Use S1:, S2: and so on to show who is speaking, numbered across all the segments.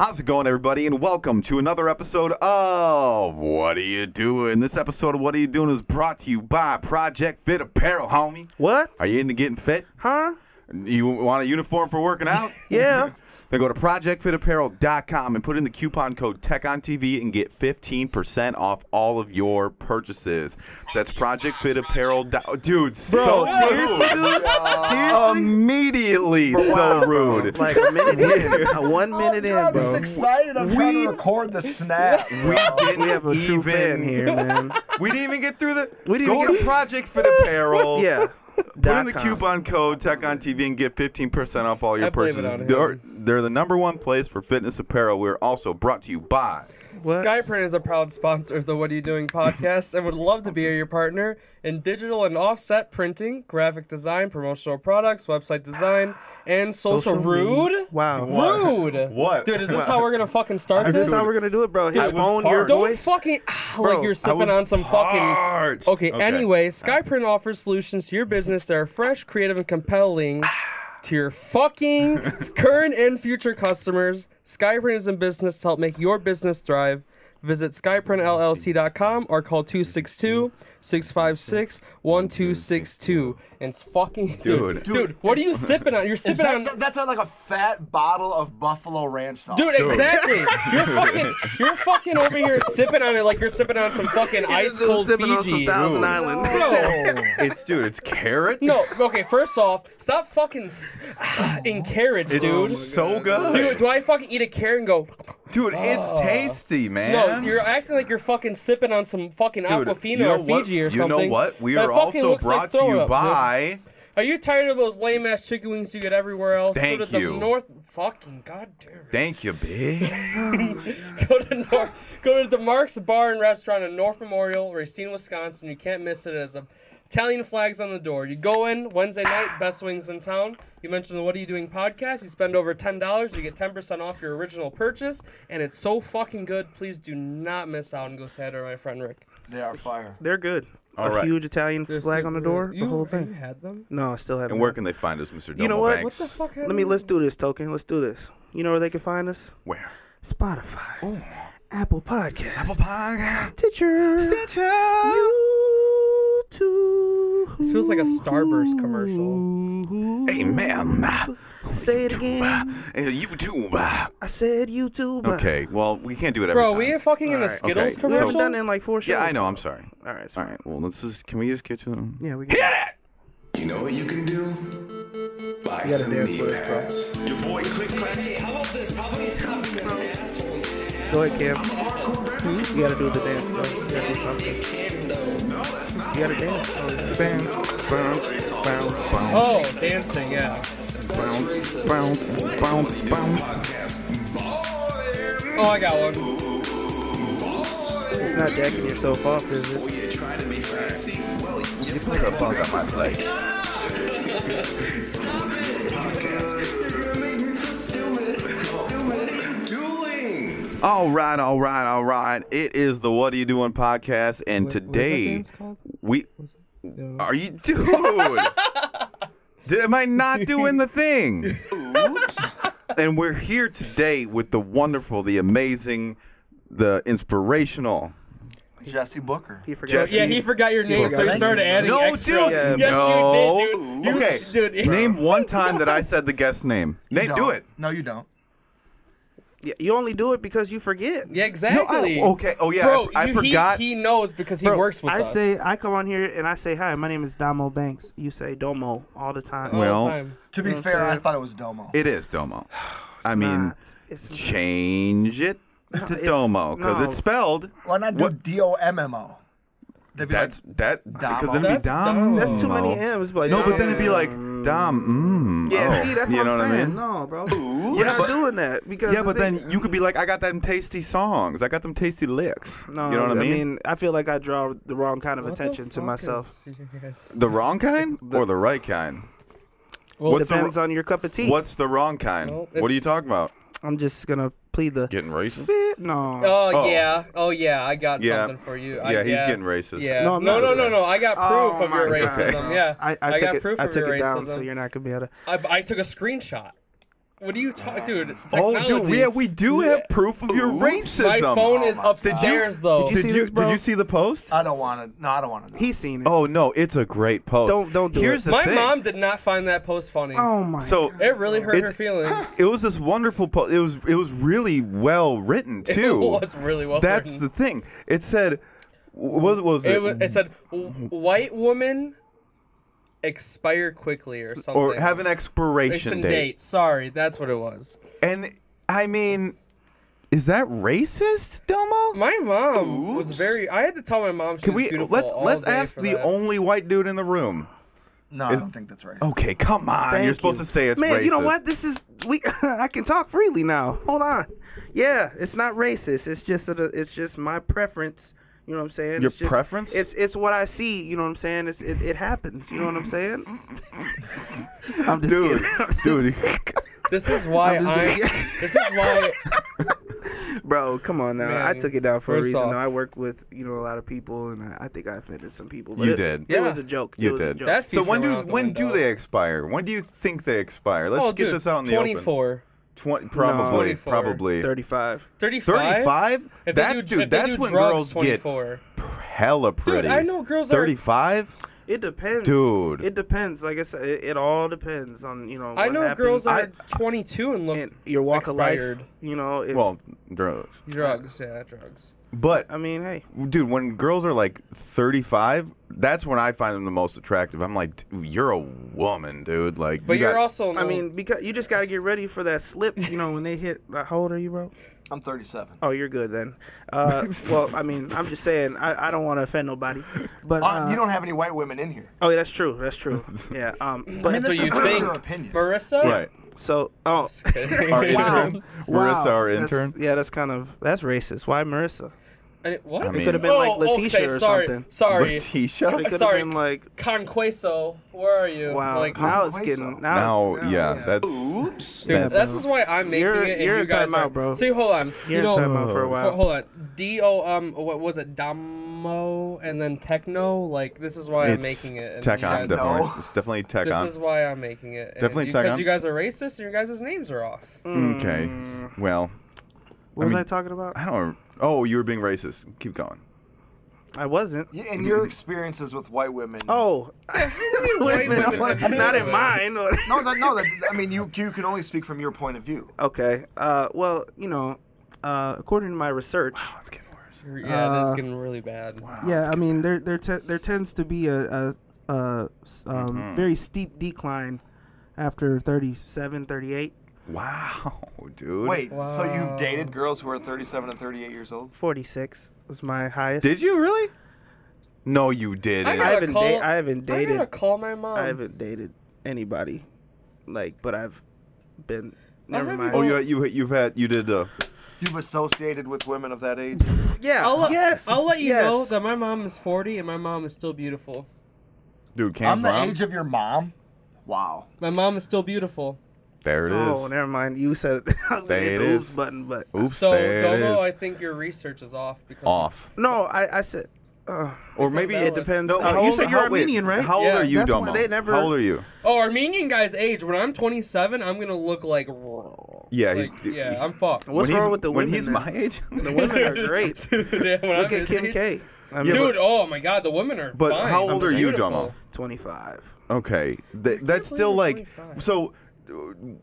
S1: How's it going, everybody? And welcome to another episode of What Are You Doing? This episode of What Are You Doing is brought to you by Project Fit Apparel, homie.
S2: What?
S1: Are you into getting fit?
S2: Huh?
S1: You want a uniform for working out?
S2: Yeah.
S1: Then go to projectfitapparel.com and put in the coupon code E TechOnTV and get 15% off all of your purchases. That's projectfitapparel. dot- Dude, so
S2: seriously,
S1: rude.
S2: dude? seriously?
S1: Immediately so rude. Oh,
S2: Like a minute in, uh, one minute in,
S3: God, I'm
S2: bro.
S3: just excited. I'm trying to record the snap.
S1: we didn't
S2: We have a true
S1: even
S2: fan here, man.
S1: We didn't even get through the.
S2: We didn't
S1: go
S2: even
S1: to Project Fit Apparel.
S2: Yeah.
S1: Put in
S2: Dot
S1: the
S2: com.
S1: coupon code Tech on TV and get 15% off all your
S4: I blame it
S1: purchases.
S4: on him.
S1: They're, they're the number one place for fitness apparel. We're also brought to you by.
S2: What?
S4: Skyprint is a proud sponsor of the What Are You Doing podcast and would love to be your partner in digital and offset printing, graphic design, promotional products, website design, and social,
S2: Social
S4: rude.
S2: media. Wow.
S4: Rude.
S1: What?
S4: Dude, is this how we're gonna fucking start
S2: Is this
S4: this?
S2: how we're gonna do it, bro? His
S1: was
S2: phone, your
S1: hard.
S4: Don't
S2: voice.
S4: fucking ah,
S2: Bro,
S4: like you're
S1: I was
S4: sipping on some fucking.
S1: parched.
S4: Okay, Anyway, Skyprint offers solutions to your business that are fresh, creative, and compelling to your fucking current and future customers. Skyprint is in business to help make your business thrive. Visit skyprintllc.com or call 262 656 1262. And it's fucking.
S1: Dude.
S4: Dude, dude, what are you sipping on? You're
S3: Is
S4: sipping
S3: that-
S4: on.
S3: that- that's like a fat bottle of Buffalo Ranch sauce.
S4: Dude, exactly. You're fucking, you're fucking over here sipping on it like you're sipping on some fucking ice
S2: This dude's
S4: cold
S2: sipping on some
S4: Fiji.
S2: Thousand
S1: Rude.
S2: Island.
S4: Bro,
S1: It's, dude, it's carrots?
S4: No, okay, first off, stop fucking s- in carrots,
S1: It's
S4: dude.
S1: so good.
S4: Dude, do I fucking eat a carrot and go,
S1: Dude, it's tasty, man.
S4: no, you're acting like you're fucking sipping on some fucking
S1: Dude,
S4: Aquafina
S1: you know
S4: or Fiji
S1: what?
S4: or something?
S1: You know what? We
S4: That
S1: are
S4: fucking
S1: also
S4: looks
S1: brought
S4: like
S1: to you
S4: throw-up, dude.
S1: by.
S4: Are you tired of those lame ass chicken wings you get everywhere else?
S1: Thank
S4: Go to the
S1: you.
S4: North fucking goddamn.
S1: Thank you, big.
S4: go to North, go to the Mark's Bar and Restaurant in North Memorial, Racine, Wisconsin. You can't miss it. As a Italian flags on the door. You go in Wednesday night, best wings in town. You mentioned the What Are You Doing podcast. You spend over ten dollars, you get ten percent off your original purchase, and it's so fucking good. Please do not miss out and go say hi to my friend Rick.
S3: They are fire.
S2: They're good.
S1: All
S2: a
S1: right.
S2: huge Italian flag on the door.
S4: You,
S2: the whole thing.
S4: You had them.
S2: No, I still haven't.
S1: and where can they find us, Mr.
S2: You know
S1: Domo
S2: what?
S1: Banks?
S4: What the fuck?
S2: Let me. Let's do this, token. Let's do this. You know where they can find us?
S1: Where?
S2: Spotify,
S1: Oh.
S2: Apple Podcasts,
S1: Podcast.
S2: Stitcher, YouTube.
S4: This feels like a Starburst commercial.
S1: Amen.
S2: Say it again.
S1: YouTube.
S2: I said YouTube.
S1: Okay, well, we can't do it every
S4: Bro,
S1: time.
S4: we are fucking in a
S2: Alright,
S4: Skittles
S1: okay,
S2: We haven't
S4: commercial.
S2: done it in like four shows.
S1: Yeah, I know. I'm sorry.
S2: All right. It's
S1: All
S2: fine.
S1: right. Well, let's just. Can we just get to them?
S2: Yeah, we can.
S5: You know what you can do? Buy
S2: gotta
S5: some
S2: dance
S5: knee
S2: with it, bro.
S5: pads. Your boy Click Clack.
S2: Go ahead, Cam. You gotta do the dance, bro. You gotta do something. You gotta dance. bro.
S1: Bam, bounce, bounce, bounce,
S4: Oh, dancing, yeah.
S1: bounce, bounce, bounce, bounce.
S4: Oh, I got one.
S2: It's not jacking yourself off, is it?
S1: You put a bug on my plate.
S5: Doing!
S1: All right, all right, all right. It is the What Are You Doing podcast, and today we are you dude. Did- Am I not doing the thing?
S5: Oops!
S1: and we're here today with the wonderful, the amazing, the inspirational.
S3: Jesse Booker.
S2: He forgot.
S4: Yeah, he forgot your name, so he started adding
S1: No,
S4: extra.
S1: dude.
S2: Yeah,
S4: yes,
S1: no.
S4: you did, dude. You,
S1: okay.
S4: dude.
S1: Name one time that I said the guest name. Name,
S3: No.
S1: do it.
S3: No, you don't.
S2: Yeah, You only do it because you forget.
S4: Yeah,
S1: No,
S4: exactly.
S1: I, okay. Oh yeah,
S4: Bro,
S1: I, I
S4: you- he-
S1: forgot.
S4: He, knows because he
S2: Bro,
S4: works with
S2: I
S4: us.
S2: say I come on here and I say hi. My name is Domo Banks. You say Domo all the time.
S4: all the
S1: well,
S4: time.
S3: To be
S2: what I'm
S3: fair, I
S2: saying?
S3: thought it was Domo.
S1: it is Domo. I mean,
S2: Not. it's not.
S1: change it to
S2: it's-
S1: Domo because
S2: no.
S1: it's spelled.
S3: Why not do
S1: What-
S3: D O M M O? They'd be
S1: That's
S3: like,
S1: that because then it'd
S4: That's
S1: be Dom.
S4: Domo.
S2: That's too many
S1: Domo.
S2: M's. But
S1: Mm-hmm. No, but then it'd be like
S2: Dom.
S1: Dom. Mm,
S2: Yeah,
S1: oh,
S2: see, that's
S1: you
S2: what
S1: know
S2: I'm
S1: what
S2: saying.
S1: I mean?
S2: No, bro. We're
S1: Yeah,
S2: not
S1: but-
S2: doing that because
S1: Yeah,
S2: the
S1: but
S2: thing-
S1: then you could be like, I got them tasty songs. I got them tasty licks.
S2: No,
S1: you know what I mean?
S2: I feel like I draw the wrong kind of
S4: What the
S2: attention to
S4: fuck
S2: myself.
S4: is- yes.
S1: The wrong kind or the right kind?
S4: Well,
S1: what's,
S2: Depends
S1: the,
S2: on your cup of tea.
S1: what's the wrong kind?
S4: Well,
S1: what are
S4: it's-
S1: you talking about?
S2: I'm just gonna plead the.
S1: Getting racist?
S2: Bit? No.
S4: Oh,
S1: Oh.
S4: yeah. Oh yeah. I got
S1: Yeah.
S4: something for you. I,
S1: Yeah, he's getting racist.
S4: Yeah.
S2: No,
S4: No,
S2: I'm
S4: no,
S2: not
S4: no,
S2: with
S4: no,
S2: that.
S4: I got proof
S2: Oh
S4: of your
S2: my God.
S4: racism. Yeah.
S2: I, I, took
S4: got
S2: it,
S4: proof
S2: I
S4: of
S2: took
S4: your
S2: it
S4: racism.
S2: down, so you're not gonna be able to.
S4: I, I took a screenshot. What do you talk, dude?
S1: Oh,
S4: technology.
S1: dude, yeah, we do have proof of your
S4: My
S1: racism.
S4: phone is
S3: my God.
S4: upstairs though.
S2: Did you see this, bro?
S1: did you see the post?
S3: I don't want to. No, I don't want to know.
S2: He's seen it.
S1: Oh no, it's a great post.
S2: Don't- don't do
S1: Here's
S2: it.
S1: the
S4: My
S1: thing.
S4: mom did not find that post funny.
S2: Oh my.
S1: So
S4: It really hurt
S1: It-
S4: her feelings.
S1: it was this wonderful post. It was it was really well written too.
S4: It was really well
S1: That's
S4: written.
S1: the thing. It said, what was it?
S4: It, wa- it said, "W- "White woman expire quickly" or something.
S1: or have an expiration
S4: Expiration
S1: date.
S4: date. Sorry, that's what it was.
S1: And I mean, is that racist, Domo?
S4: My mom was
S5: Oops.
S4: very. I had to tell my mom she
S1: Can
S4: was
S1: we
S4: beautiful.
S1: let's
S4: all
S1: let's
S4: day
S1: ask
S4: for
S1: the
S4: that.
S1: only white dude in the room?
S3: No, I don't think that's right.
S1: Okay, come on.
S2: Thank
S1: You're supposed
S2: you.
S1: to say it's
S2: Man, you know
S1: racist.
S2: what? This is we. I can talk freely now. Hold on. Yeah, it's not racist. It's just a, it's just my preference. You know what I'm saying?
S1: Your
S2: it's just,
S1: preference?
S2: It's it's what I see. You know what I'm saying? It's it, it happens. You know what I'm saying? I'm just
S1: Dude,
S2: kidding. I'm just-
S1: dude,
S4: This is why
S2: I'm just
S4: I.
S2: kidding.
S4: this is why.
S2: bro, come on now. I
S4: Man,
S2: took it down for a
S4: first
S2: reason.
S4: off-
S2: though. I work with you know a lot of people, and I, I think I offended some people. But
S1: You
S2: it,
S1: did.
S2: It was a joke. it
S1: you
S2: was A
S1: did.
S2: joke.
S4: That
S1: so when
S4: feature
S1: do
S4: went out the
S1: when do
S4: window.
S1: they expire? When do you think they expire? Let's
S4: Oh,
S1: get
S4: dude,
S1: this out in the open.
S4: 24,
S1: 20, probably,
S4: 24.
S1: probably.
S2: 35.
S4: 35.
S1: 35?
S4: If they
S1: That's
S4: do,
S1: dude,
S4: if they
S1: that's
S4: do
S1: when
S4: drugs,
S1: girls
S4: 24.
S1: get hella pretty.
S4: Dude, I know girls are.
S1: 35?
S2: It depends,
S1: Dude.
S2: It depends. Like I said, it, it all depends on you know.
S4: I
S2: what
S4: know
S2: happens.
S4: girls
S2: I-
S4: are 22 and look
S2: and your walk of
S4: Expired.
S2: life. You know, if,
S1: Well, drugs.
S4: drugs. Yeah, drugs.
S1: But
S2: I mean, hey,
S1: dude, when girls are like 35, that's when I find them the most attractive. I'm like, "Dude, you're a woman, dude. Like,
S4: But
S1: you
S4: you're
S1: got-
S4: also.
S2: I mean, because you just got to get ready for that slip. You know, when they hit. Like, how old are you, bro?
S3: I'm 37.
S2: Oh, you're good then. Uh, well, I mean, I'm just saying, I, I don't want to offend nobody, but
S3: Uh,
S2: uh,
S3: you don't have any white women in here.
S2: Oh, yeah, that's true. That's true. Yeah. Um. But
S4: That's what
S3: this is
S4: you
S3: just
S4: think.
S3: Your opinion.
S4: Marissa.
S1: right.
S2: so,
S1: Our
S2: oh, Wow.
S1: intern, Marissa, our
S2: That's-
S1: intern.
S2: yeah, that's kind of that's racist. Why Marissa?
S4: And it- Uh, what? Oh,
S1: I It mean-
S2: could've been like Letitia
S4: okay,
S2: or
S4: sorry,
S2: something.
S4: Sorry.
S3: Uh,
S2: It
S1: Letitia?
S2: could have
S4: Sorry.
S2: been like,
S4: Conqueso, where are you?
S2: wow.
S4: Like,
S2: now it's
S3: Conqueso.
S2: getting
S1: Now, yeah, that's
S5: Oops.
S4: dude,
S1: that's-
S4: this is why I'm making
S2: You're-
S4: it. And
S2: you're
S4: you
S2: in
S4: guys
S2: timeout,
S4: are,
S2: bro.
S4: See, hold on.
S2: you're
S4: you know,
S2: in timeout for a
S4: for-
S2: while.
S4: hold on. D O um, what was it? Domo and then techno. Like, this is why I'm
S1: it's
S4: making it. And
S1: tech
S4: you
S1: on,
S4: guys-
S1: definitely.
S3: know.
S1: It's definitely tech
S4: This
S1: on.
S4: is why I'm making it. and
S1: Definitely
S4: you,
S1: tech on.
S4: Because you guys are racist and your guys' names are off.
S1: Mm. Okay. Well,
S2: What was
S1: mean-
S2: I talking about?
S1: I don't. Oh, you were being racist. Keep going.
S2: I wasn't.
S3: Y- And your experiences with white women.
S2: Oh, wait a minute.
S4: women?
S2: what- Not in mine.
S3: No, that, no. That, I mean, you you can only speak from your point of view.
S2: Okay. Uh, well, you know, uh, according to my research,
S1: Let's get worse.
S4: Yeah, this is
S2: Uh,
S4: getting really bad.
S2: yeah, I mean, there there te- there tends to be a, a, a s- um,
S4: Mm-hmm.
S2: very steep decline after 37, 38,
S1: Wow, dude.
S3: Wait, so
S4: Wow.
S3: you've dated girls who are 37 and 38 years old?
S2: 46 was my highest.
S1: Did you really? No, you didn't.
S4: I
S2: I haven't
S4: call-
S2: da- I haven't
S4: I
S2: dated
S4: gotta call my mom.
S2: I haven't dated anybody, like, but I've been. Never
S4: haven't
S2: mind.
S1: oh, you you you've had you did. Uh,
S3: You've associated with women of that age?
S2: yeah.
S4: I'll, let-
S2: yes.
S4: I'll let you
S2: yes.
S4: know that my mom is 40 and my mom is still beautiful.
S1: dude, Cam's mom.
S3: of your mom? Wow.
S4: My mom is still beautiful.
S1: There it is.
S2: Oh, never mind. You said I was gonna
S1: There
S2: hit
S1: it
S2: the oops
S1: is.
S2: button, but
S1: Oops,
S4: So,
S1: there it
S4: Domo, I
S1: is.
S4: think your research is off because
S1: Off.
S2: no, I I said. Uh,
S1: Or maybe
S4: valid.
S2: it depends.
S1: No,
S2: Uh,
S1: how
S2: you
S1: old-
S2: said you're
S1: how- wait,
S2: Armenian, right?
S1: How old
S4: Yeah.
S1: are you,
S2: That's why
S1: Domo?
S2: they never-
S1: How old are you?
S4: Oh, Armenian guys age. When I'm 27, I'm gonna look like.
S1: Yeah,
S4: like,
S1: he's,
S4: yeah, I'm fucked.
S2: What's
S1: when he's-
S2: wrong with the
S1: when
S2: women
S1: he's
S2: then?
S1: my age?
S2: The women are great.
S4: Dude, yeah, when
S2: Look
S4: I'm
S2: at
S4: his
S2: Kim
S4: age-
S2: K. I mean,
S4: Dude, oh my God, the women are.
S1: But
S4: fine.
S1: how old
S4: I'm
S1: are you,
S4: beautiful.
S1: Domo?
S2: 25.
S1: Okay, Th- that's still like
S4: believe you're 25.
S1: so. uh,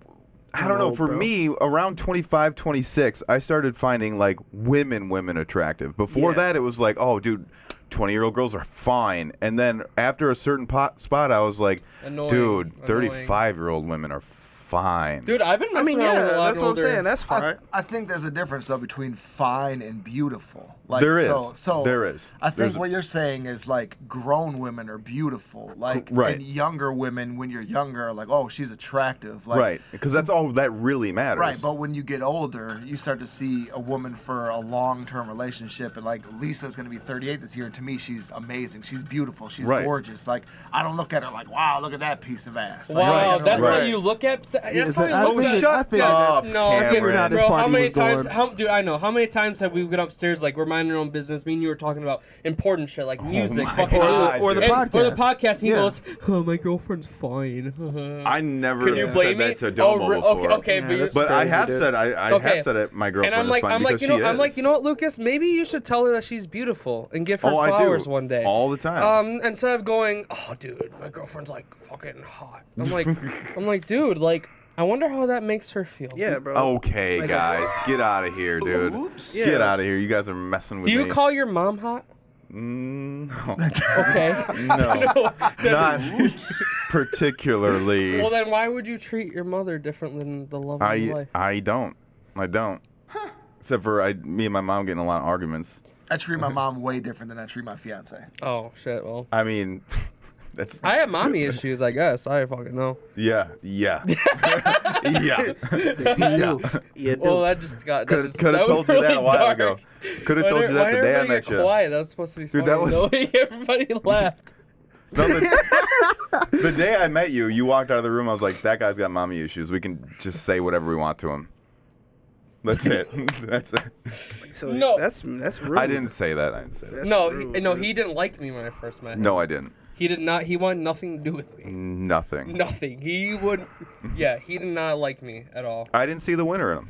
S1: I don't know.
S2: No,
S1: For
S2: bro.
S1: me, around 25, 26, I started finding like women, women attractive. Before
S2: Yeah.
S1: that, it was like, oh, dude, 20 year old girls are fine. And then after a certain pot, spot, I was like,
S4: Annoying,
S1: dude,
S4: annoying.
S1: 35 year old women are fine.
S4: Dude, I've been
S2: I
S4: messing
S2: mean,
S4: around
S2: yeah,
S4: with a lot
S2: that's what I'm
S4: older.
S2: saying. That's fine.
S3: I, I think there's a difference though between fine and beautiful. Like
S1: There is.
S3: so, so
S1: There is.
S3: I think
S1: There's a-
S3: what you're saying is like grown women are beautiful. Like
S1: Right.
S3: and younger women when you're younger are like, oh, she's attractive. Like
S1: right. Because that's all that really matters.
S3: Right, but when you get older, you start to see a woman for a long-term relationship, and like Lisa's gonna be 38 this year, and to me, she's amazing. She's beautiful. She's
S1: Right.
S3: gorgeous. Like I don't look at her like, wow, look at that piece of ass. Like,
S4: Wow,
S3: you know,
S4: that's
S1: Right.
S4: what you look at th- that's
S2: it's
S4: how
S2: a-
S4: he
S2: I
S4: looks
S2: think
S4: at
S2: it- I figured
S1: Oh,
S2: that's-
S4: No,
S1: I
S4: okay,
S1: figured out
S2: this
S4: bro. How
S2: party
S4: many
S2: was
S4: times?
S2: going.
S4: How, dude, I know. How many times have we been upstairs, like we're minding our own business? Me and you were talking about important shit, like music,
S1: Oh my
S4: fucking
S1: God,
S4: news,
S1: Or the
S4: and-
S2: podcast.
S4: Or the podcast. He
S2: Yeah.
S4: goes, "Oh, my girlfriend's fine."
S1: I never
S4: Can you
S1: said
S4: blame me?
S1: that to Domo
S4: oh, re-
S1: before.
S4: okay, okay,
S2: Yeah,
S4: but you,
S2: that's
S1: But I
S2: Crazy,
S1: have
S2: dude.
S1: said I, I
S4: Okay.
S1: have said it. My girlfriend
S4: and I'm like,
S1: is fine
S4: I'm like,
S1: because
S4: you know,
S1: she
S4: I'm
S1: is.
S4: like, you know what, Lucas? Maybe you should tell her that she's beautiful and give her
S1: oh,
S4: flowers
S1: I do.
S4: one day.
S1: all the time.
S4: Um, instead of going, oh, dude, my girlfriend's like fucking hot. I'm like, I'm like, dude, like, I wonder how that makes her feel.
S2: Yeah, bro.
S1: Oh, okay,
S2: Like a-
S1: guys, get out of here, dude.
S5: Oops.
S1: Get
S2: Yeah.
S1: out of here. You guys are messing with
S4: Do you
S1: me.
S4: call your mom hot?
S1: Mm,
S4: Okay.
S1: no, no, not
S5: Oops.
S1: particularly.
S4: Well, then why would you treat your mother different than the love of your
S1: I
S4: life?
S1: I don't. I don't. Except for I, me and my mom getting a lot of arguments.
S3: I treat my mom way different than I treat my fiance.
S4: Oh shit. Well,
S1: I mean, that's
S4: I have mommy issues, I guess. I fucking know.
S1: yeah, yeah, yeah.
S2: You, you do.
S4: Well, that just got.
S1: Could have told you that a while ago. Could have told you that the day I met you.
S4: Quiet. That was supposed to be funny.
S1: Dude, that was-
S4: No, everybody laughed.
S1: No, the, the day I met you, you walked out of the room. I was like, that guy's got mommy issues. We can just say whatever we want to him. That's it. That's it.
S2: So
S4: No.
S2: that's that's rude.
S1: I didn't say that. I didn't say that.
S2: That's
S4: No,
S2: rude,
S4: he, no,
S2: dude.
S4: he didn't like me when I first met him.
S1: No, I didn't.
S4: He did not. He wanted nothing to do with me.
S1: Nothing.
S4: Nothing. He would. Yeah, he did not like me at all.
S1: I didn't see the winner in him.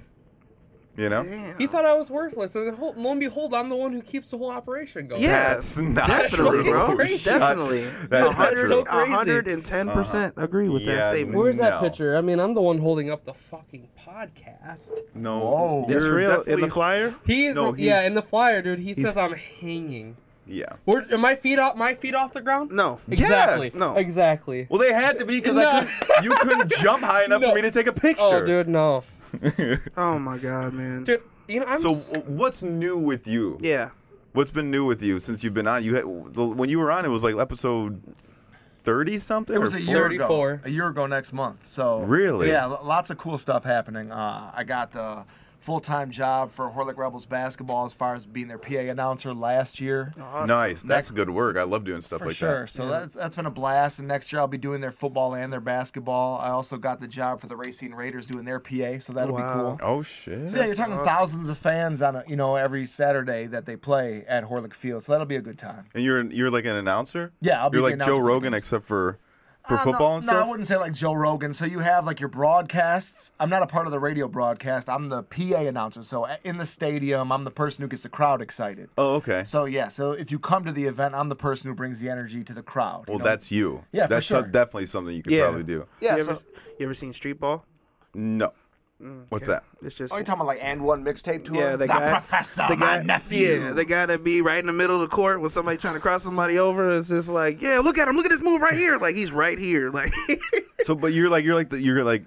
S1: You know?
S2: Damn.
S4: He thought I was worthless, and ho- lo and behold, I'm the one who keeps the whole operation going.
S2: Yeah.
S1: That's not
S2: Definitely,
S1: true.
S2: bro.
S4: Crazy.
S2: Definitely.
S1: That's not
S4: So
S1: true. Uh-huh.
S4: crazy.
S2: hundred and ten percent agree with
S1: Yeah,
S2: that statement.
S4: Where's
S1: No.
S4: that picture? I mean, I'm the one holding up the fucking podcast.
S1: No.
S3: Whoa.
S2: That's
S1: you're
S2: real in
S1: definitely-
S2: the flyer.
S4: He's
S1: No,
S4: yeah,
S1: he's-
S4: in the flyer, dude. He says I'm hanging.
S1: Yeah.
S4: Where, are my feet off? My feet off the ground?
S2: No,
S4: Exactly.
S1: Yes.
S2: No.
S4: Exactly.
S1: Well, they had to be because I
S4: No.
S1: couldn't, you couldn't jump high enough
S4: No.
S1: for me to take a picture.
S4: Oh, dude, no,
S2: Oh my god, man.
S4: dude. You know, I'm.
S1: So,
S4: s-
S1: w- what's new with you?
S2: Yeah.
S1: What's been new with you since you've been on? You had, the- when you were on, it was like episode thirty something.
S3: It was
S1: or
S3: a year
S4: 44.
S3: ago. A year ago next month. So
S1: Really?
S3: yeah, lo- lots of cool stuff happening. Uh, I got the full-time job for Horlick Rebels basketball as far as being their PA announcer last year.
S1: four- Nice. That's
S3: Next-
S1: good work. I love doing stuff
S3: for
S1: like
S3: sure.
S1: that.
S3: So that's, that's been a blast. And next year I'll be doing their football and their basketball. I also got the job for the Racing Raiders doing their PA, so that'll
S2: Wow.
S3: be cool.
S1: Oh shit.
S3: So yeah, you're talking thousands of fans on a, you know every Saturday that they play at Horlick Field, so that'll be a good time.
S1: And you're you're like an announcer.
S3: Yeah, I'll be
S1: you're
S3: the
S1: like
S3: announcer
S1: Joe
S3: for the
S1: Rogan,
S3: games.
S1: except for for
S3: Uh,
S1: football
S3: no,
S1: and
S3: no,
S1: stuff.
S3: I wouldn't say like Joe Rogan. So you have like your broadcasts. I'm not a part of the radio broadcast. I'm the PA announcer. So a- in the stadium, I'm the person who gets the crowd excited.
S1: oh okay.
S3: So yeah, so if you come to the event, I'm the person who brings the energy to the crowd. you
S1: well,
S3: know?
S1: that's you.
S3: Yeah, for
S1: that's so-
S3: sure.
S1: definitely something you could
S2: Yeah.
S1: probably do.
S3: yeah.
S2: you,
S3: so,
S2: ever, you ever seen Street Ball?
S1: No. What's that?
S2: It's just
S3: oh, you're talking about like and one mixtape tour?
S2: yeah, the guy, the guy, yeah, the guy that be right in the middle of the court when somebody trying to cross somebody over is just like, yeah, look at him, look at this move right here, like he's right here, like
S1: So, but you're like you're like the, you're like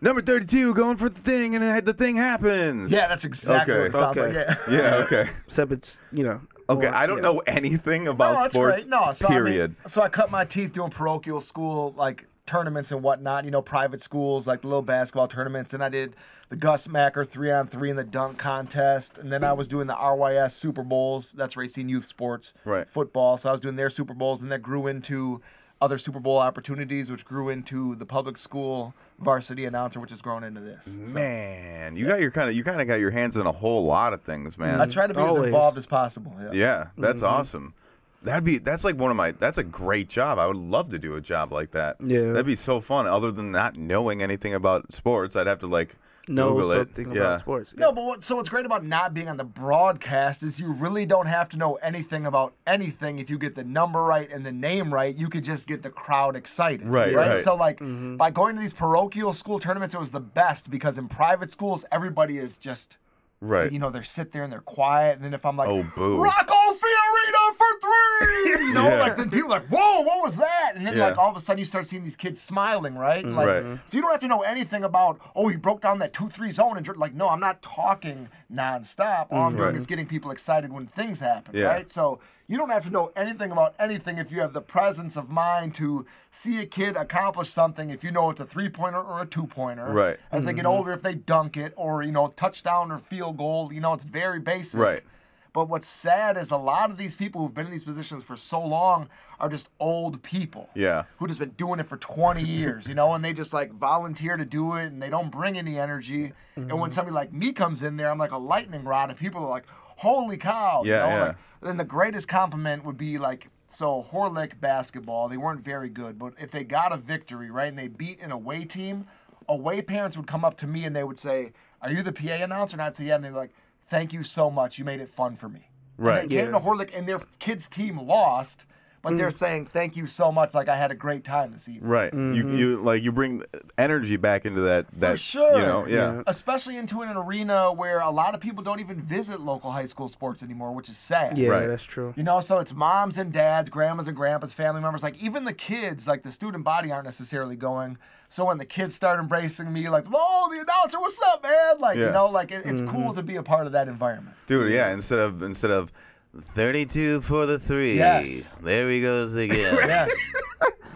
S1: number thirty-two going for the thing, and then the thing happens.
S3: Yeah, that's exactly
S1: Okay.
S3: what it sounds
S2: Okay.
S3: like. Yeah.
S1: Yeah. Okay.
S2: except it's you know.
S1: Okay.
S2: or-
S1: I don't
S2: yeah.
S1: know anything
S3: No,
S1: about
S3: Oh, that's
S1: sports.
S3: great. No, so
S1: period.
S3: I mean, so I cut my teeth doing parochial school like tournaments and whatnot. You know, private schools like little basketball tournaments, and I did the Gus Macker three on three in the dunk contest, and then I was doing the RYS Super Bowls. That's Racine Youth Sports
S1: Right.
S3: football. So I was doing their Super Bowls, and that grew into other Super Bowl opportunities, which grew into the public school varsity announcer, which has grown into this.
S1: Mm-hmm. Man, you got your kind of you kind of got your hands in a whole lot of things, man.
S3: I try to be as
S2: Always.
S3: involved as possible. Yeah.
S1: Yeah, that's
S2: Mm-hmm.
S1: awesome. That'd be that's like one of my that's a great job. I would love to do a job like that.
S2: Yeah.
S1: that'd be so fun. Other than not knowing anything about sports, I'd have to like
S2: know
S1: Google
S2: something
S1: it.
S2: about
S1: yeah.
S2: sports.
S3: No, but what, so what's great about not being on the broadcast is you really don't have to know anything about anything. If you get the number right and the name right, you could just get the crowd excited.
S1: Right, right.
S3: So like by going to these parochial school tournaments, it was the best because in private schools, everybody is just.
S1: Right.
S3: You know, they're sit there and they're quiet. And then if I'm like,
S1: Oh, boo.
S3: Rocco Fiorina for three, you know,
S1: Yeah.
S3: like then people are like, whoa, what was that? And then
S1: Yeah. Mm-hmm.
S3: like all of a sudden you start seeing these kids smiling, right? And, like,
S1: Right.
S3: so you don't have to know anything about, oh, he broke down that 2 3 zone. And dr-" like, no, I'm not talking nonstop. All I'm doing
S1: Mm-hmm. Right.
S3: is getting people excited when things happen,
S1: Yeah.
S3: right? So you don't have to know anything about anything if you have the presence of mind to see a kid accomplish something if you know it's a three pointer or a two pointer.
S1: Right. Mm-hmm.
S3: As they get older, if they dunk it or, you know, touchdown or field goal, you know, it's very basic.
S1: Right.
S3: But what's sad is a lot of these people who've been in these positions for so long are just old people.
S1: Yeah.
S3: Who just been doing it for 20 years, you know, and they just like volunteer to do it and they don't bring any energy. And
S1: Mm-hmm.
S3: when somebody like me comes in there, I'm like a lightning rod and people are like, holy cow.
S1: Yeah,
S3: you know?
S1: yeah.
S3: Like, then the greatest compliment would be like, so Horlick basketball, they weren't very good, but if they got a victory, right, and they beat an away team, away parents would come up to me and they would say, "Are you the PA announcer?" And I'd say, "Yeah." And they're like, "Thank you so much. You made it fun for me."
S1: Right.
S3: And they came to Horlick and their kids' team lost, but they're saying, "Thank you so much. Like I had a great time this evening."
S1: Right.
S2: Mm-hmm.
S1: You you like you bring energy back into that that
S3: For sure.
S1: you know yeah.
S3: Especially into an arena where a lot of people don't even visit local high school sports anymore, which is sad.
S2: Yeah,
S1: Right.
S2: that's true.
S3: You know, so it's moms and dads, grandmas and grandpas, family members, like even the kids, like the student body aren't necessarily going. So when the kids start embracing me, like, oh, the announcer, what's up, man? Like,
S1: Yeah.
S3: you know, like it, it's cool to be a part of that environment.
S1: Dude, yeah. Instead of instead of thirty-two for the three.
S3: Yes.
S1: There he goes again.
S3: Yes.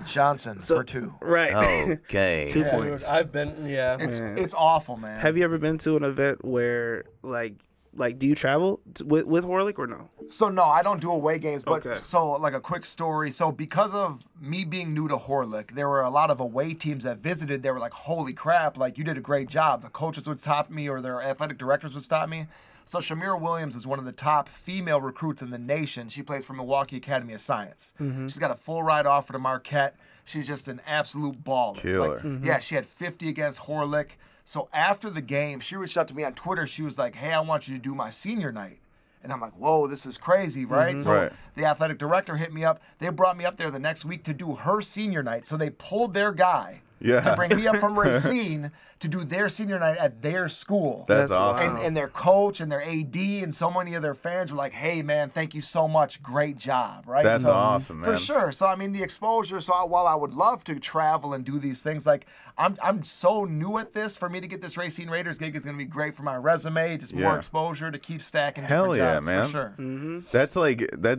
S3: Johnson for two.
S2: Right.
S1: Oh, Okay.
S2: Two
S4: Dude,
S2: points.
S4: I've been, yeah.
S3: It's
S2: Man.
S3: it's awful, man.
S2: Have you ever been to an event where like like do you travel t- with with Horlick or no?
S3: So no, I don't do away games. But
S2: Okay.
S3: so like a quick story. So because of me being new to Horlick, there were a lot of away teams that visited. They were like, "Holy crap! Like you did a great job." The coaches would stop me, or their athletic directors would stop me. So Shamira Williams is one of the top female recruits in the nation. She plays for Milwaukee Academy of Science. She's got a full ride offer to Marquette. She's just an absolute baller. Like,
S1: Killer.
S3: Yeah, she had 50 against Horlick. So after the game, she reached out to me on Twitter. She was like, "Hey, I want you to do my senior night." And I'm like, whoa, this is crazy, right? So
S1: Mm-hmm. Right.
S3: the athletic director hit me up. They brought me up there the next week to do her senior night. So they pulled their guy
S1: Yeah.
S3: to bring me up from Racine to do their senior night at their school.
S1: That's,
S2: That's
S1: awesome.
S3: and, and their coach and their AD and so many of their fans were like, hey, man, thank you so much. Great job, right?
S1: That's
S3: So,
S1: awesome, man.
S3: For sure. So, I mean, the exposure. So, I, while I would love to travel and do these things, like, I'm, I'm so new at this. For me to get this Racine Raiders gig is going to be great for my resume, just
S1: Yeah.
S3: more exposure to keep stacking.
S1: Hell
S3: different
S1: yeah,
S3: jobs,
S1: man.
S3: For sure.
S1: That's like that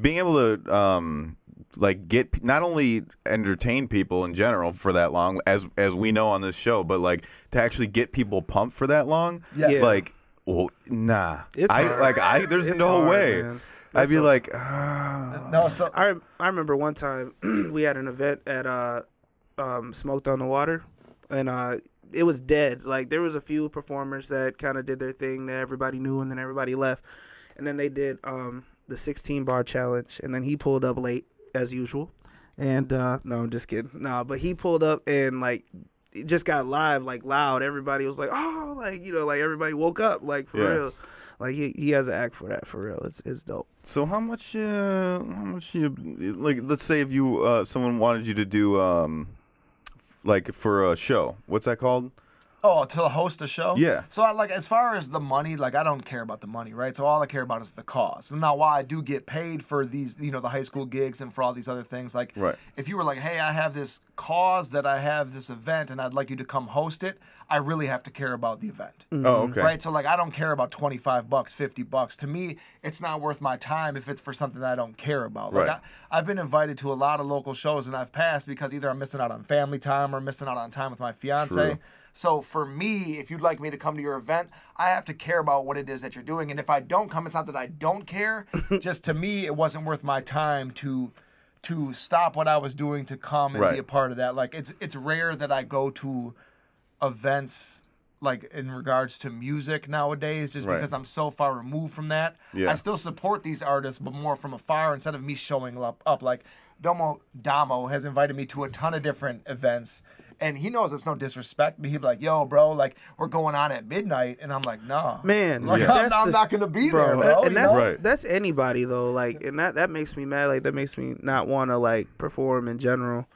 S1: being able to um like get pe- not only entertain people in general for that long as as we know on this show, but like to actually get people pumped for that long.
S3: Yes.
S2: Yeah.
S1: Like well, nah.
S2: It's
S1: I
S2: hard.
S1: like I there's
S2: It's
S1: no
S2: hard,
S1: way.
S2: man.
S1: I'd
S2: That's
S1: be
S2: a-
S1: like, ah.
S3: No, so
S2: I I remember one time we had an event at uh um smoked on the water and uh it was dead. Like there was a few performers that kind of did their thing that everybody knew and then everybody left. And then they did um the 16 bar challenge and then he pulled up late as usual. And uh no, I'm just kidding. Nah, but he pulled up and like it just got live like loud. Everybody was like, "Oh, like, you know, like everybody woke up like for
S1: Yeah.
S2: real." Like he, he has an act for that for real. It's it's dope.
S1: So how much? Uh, how much? You, like, let's say if you uh, someone wanted you to do um, like for a show. What's that called?
S3: Oh, to host a show?
S1: Yeah.
S3: So I like as far as the money, like I don't care about the money, right? So all I care about is the cost. Now while I do get paid for these, you know, the high school gigs and for all these other things, like
S1: Right.
S3: if you were like, Hey, I have this cause that I have this event and I'd like you to come host it, I really have to care about the event.
S1: Oh, okay.
S3: Right? So like I don't care about 25 bucks, 50 bucks. To me, it's not worth my time if it's for something that I don't care about. Like
S1: Right.
S3: I, I've been invited to a lot of local shows and I've passed because either I'm missing out on family time or missing out on time with my fiance.
S1: True.
S3: So for me, if you'd like me to come to your event, I have to care about what it is that you're doing. And if I don't come, it's not that I don't care. just to me, it wasn't worth my time to to stop what I was doing to come and
S1: Right.
S3: be a part of that. Like it's it's rare that I go to events like in regards to music nowadays just
S1: Right.
S3: because I'm so far removed from that.
S1: Yeah.
S3: I still support these artists but more from afar instead of me showing up up like Domo Damo has invited me to a ton of different events and he knows it's no disrespect, but he'd be like, yo, bro, like we're going on at midnight and I'm like, nah.
S2: Man,
S3: Like,
S2: yeah.
S3: I'm,
S2: that's
S3: I'm
S2: the-
S3: not gonna be there,
S2: And-
S3: bro.
S2: and
S3: you
S2: that's
S3: know?
S1: Right.
S2: that's anybody though. Like, and that that makes me mad. Like, that makes me not want to like perform in general.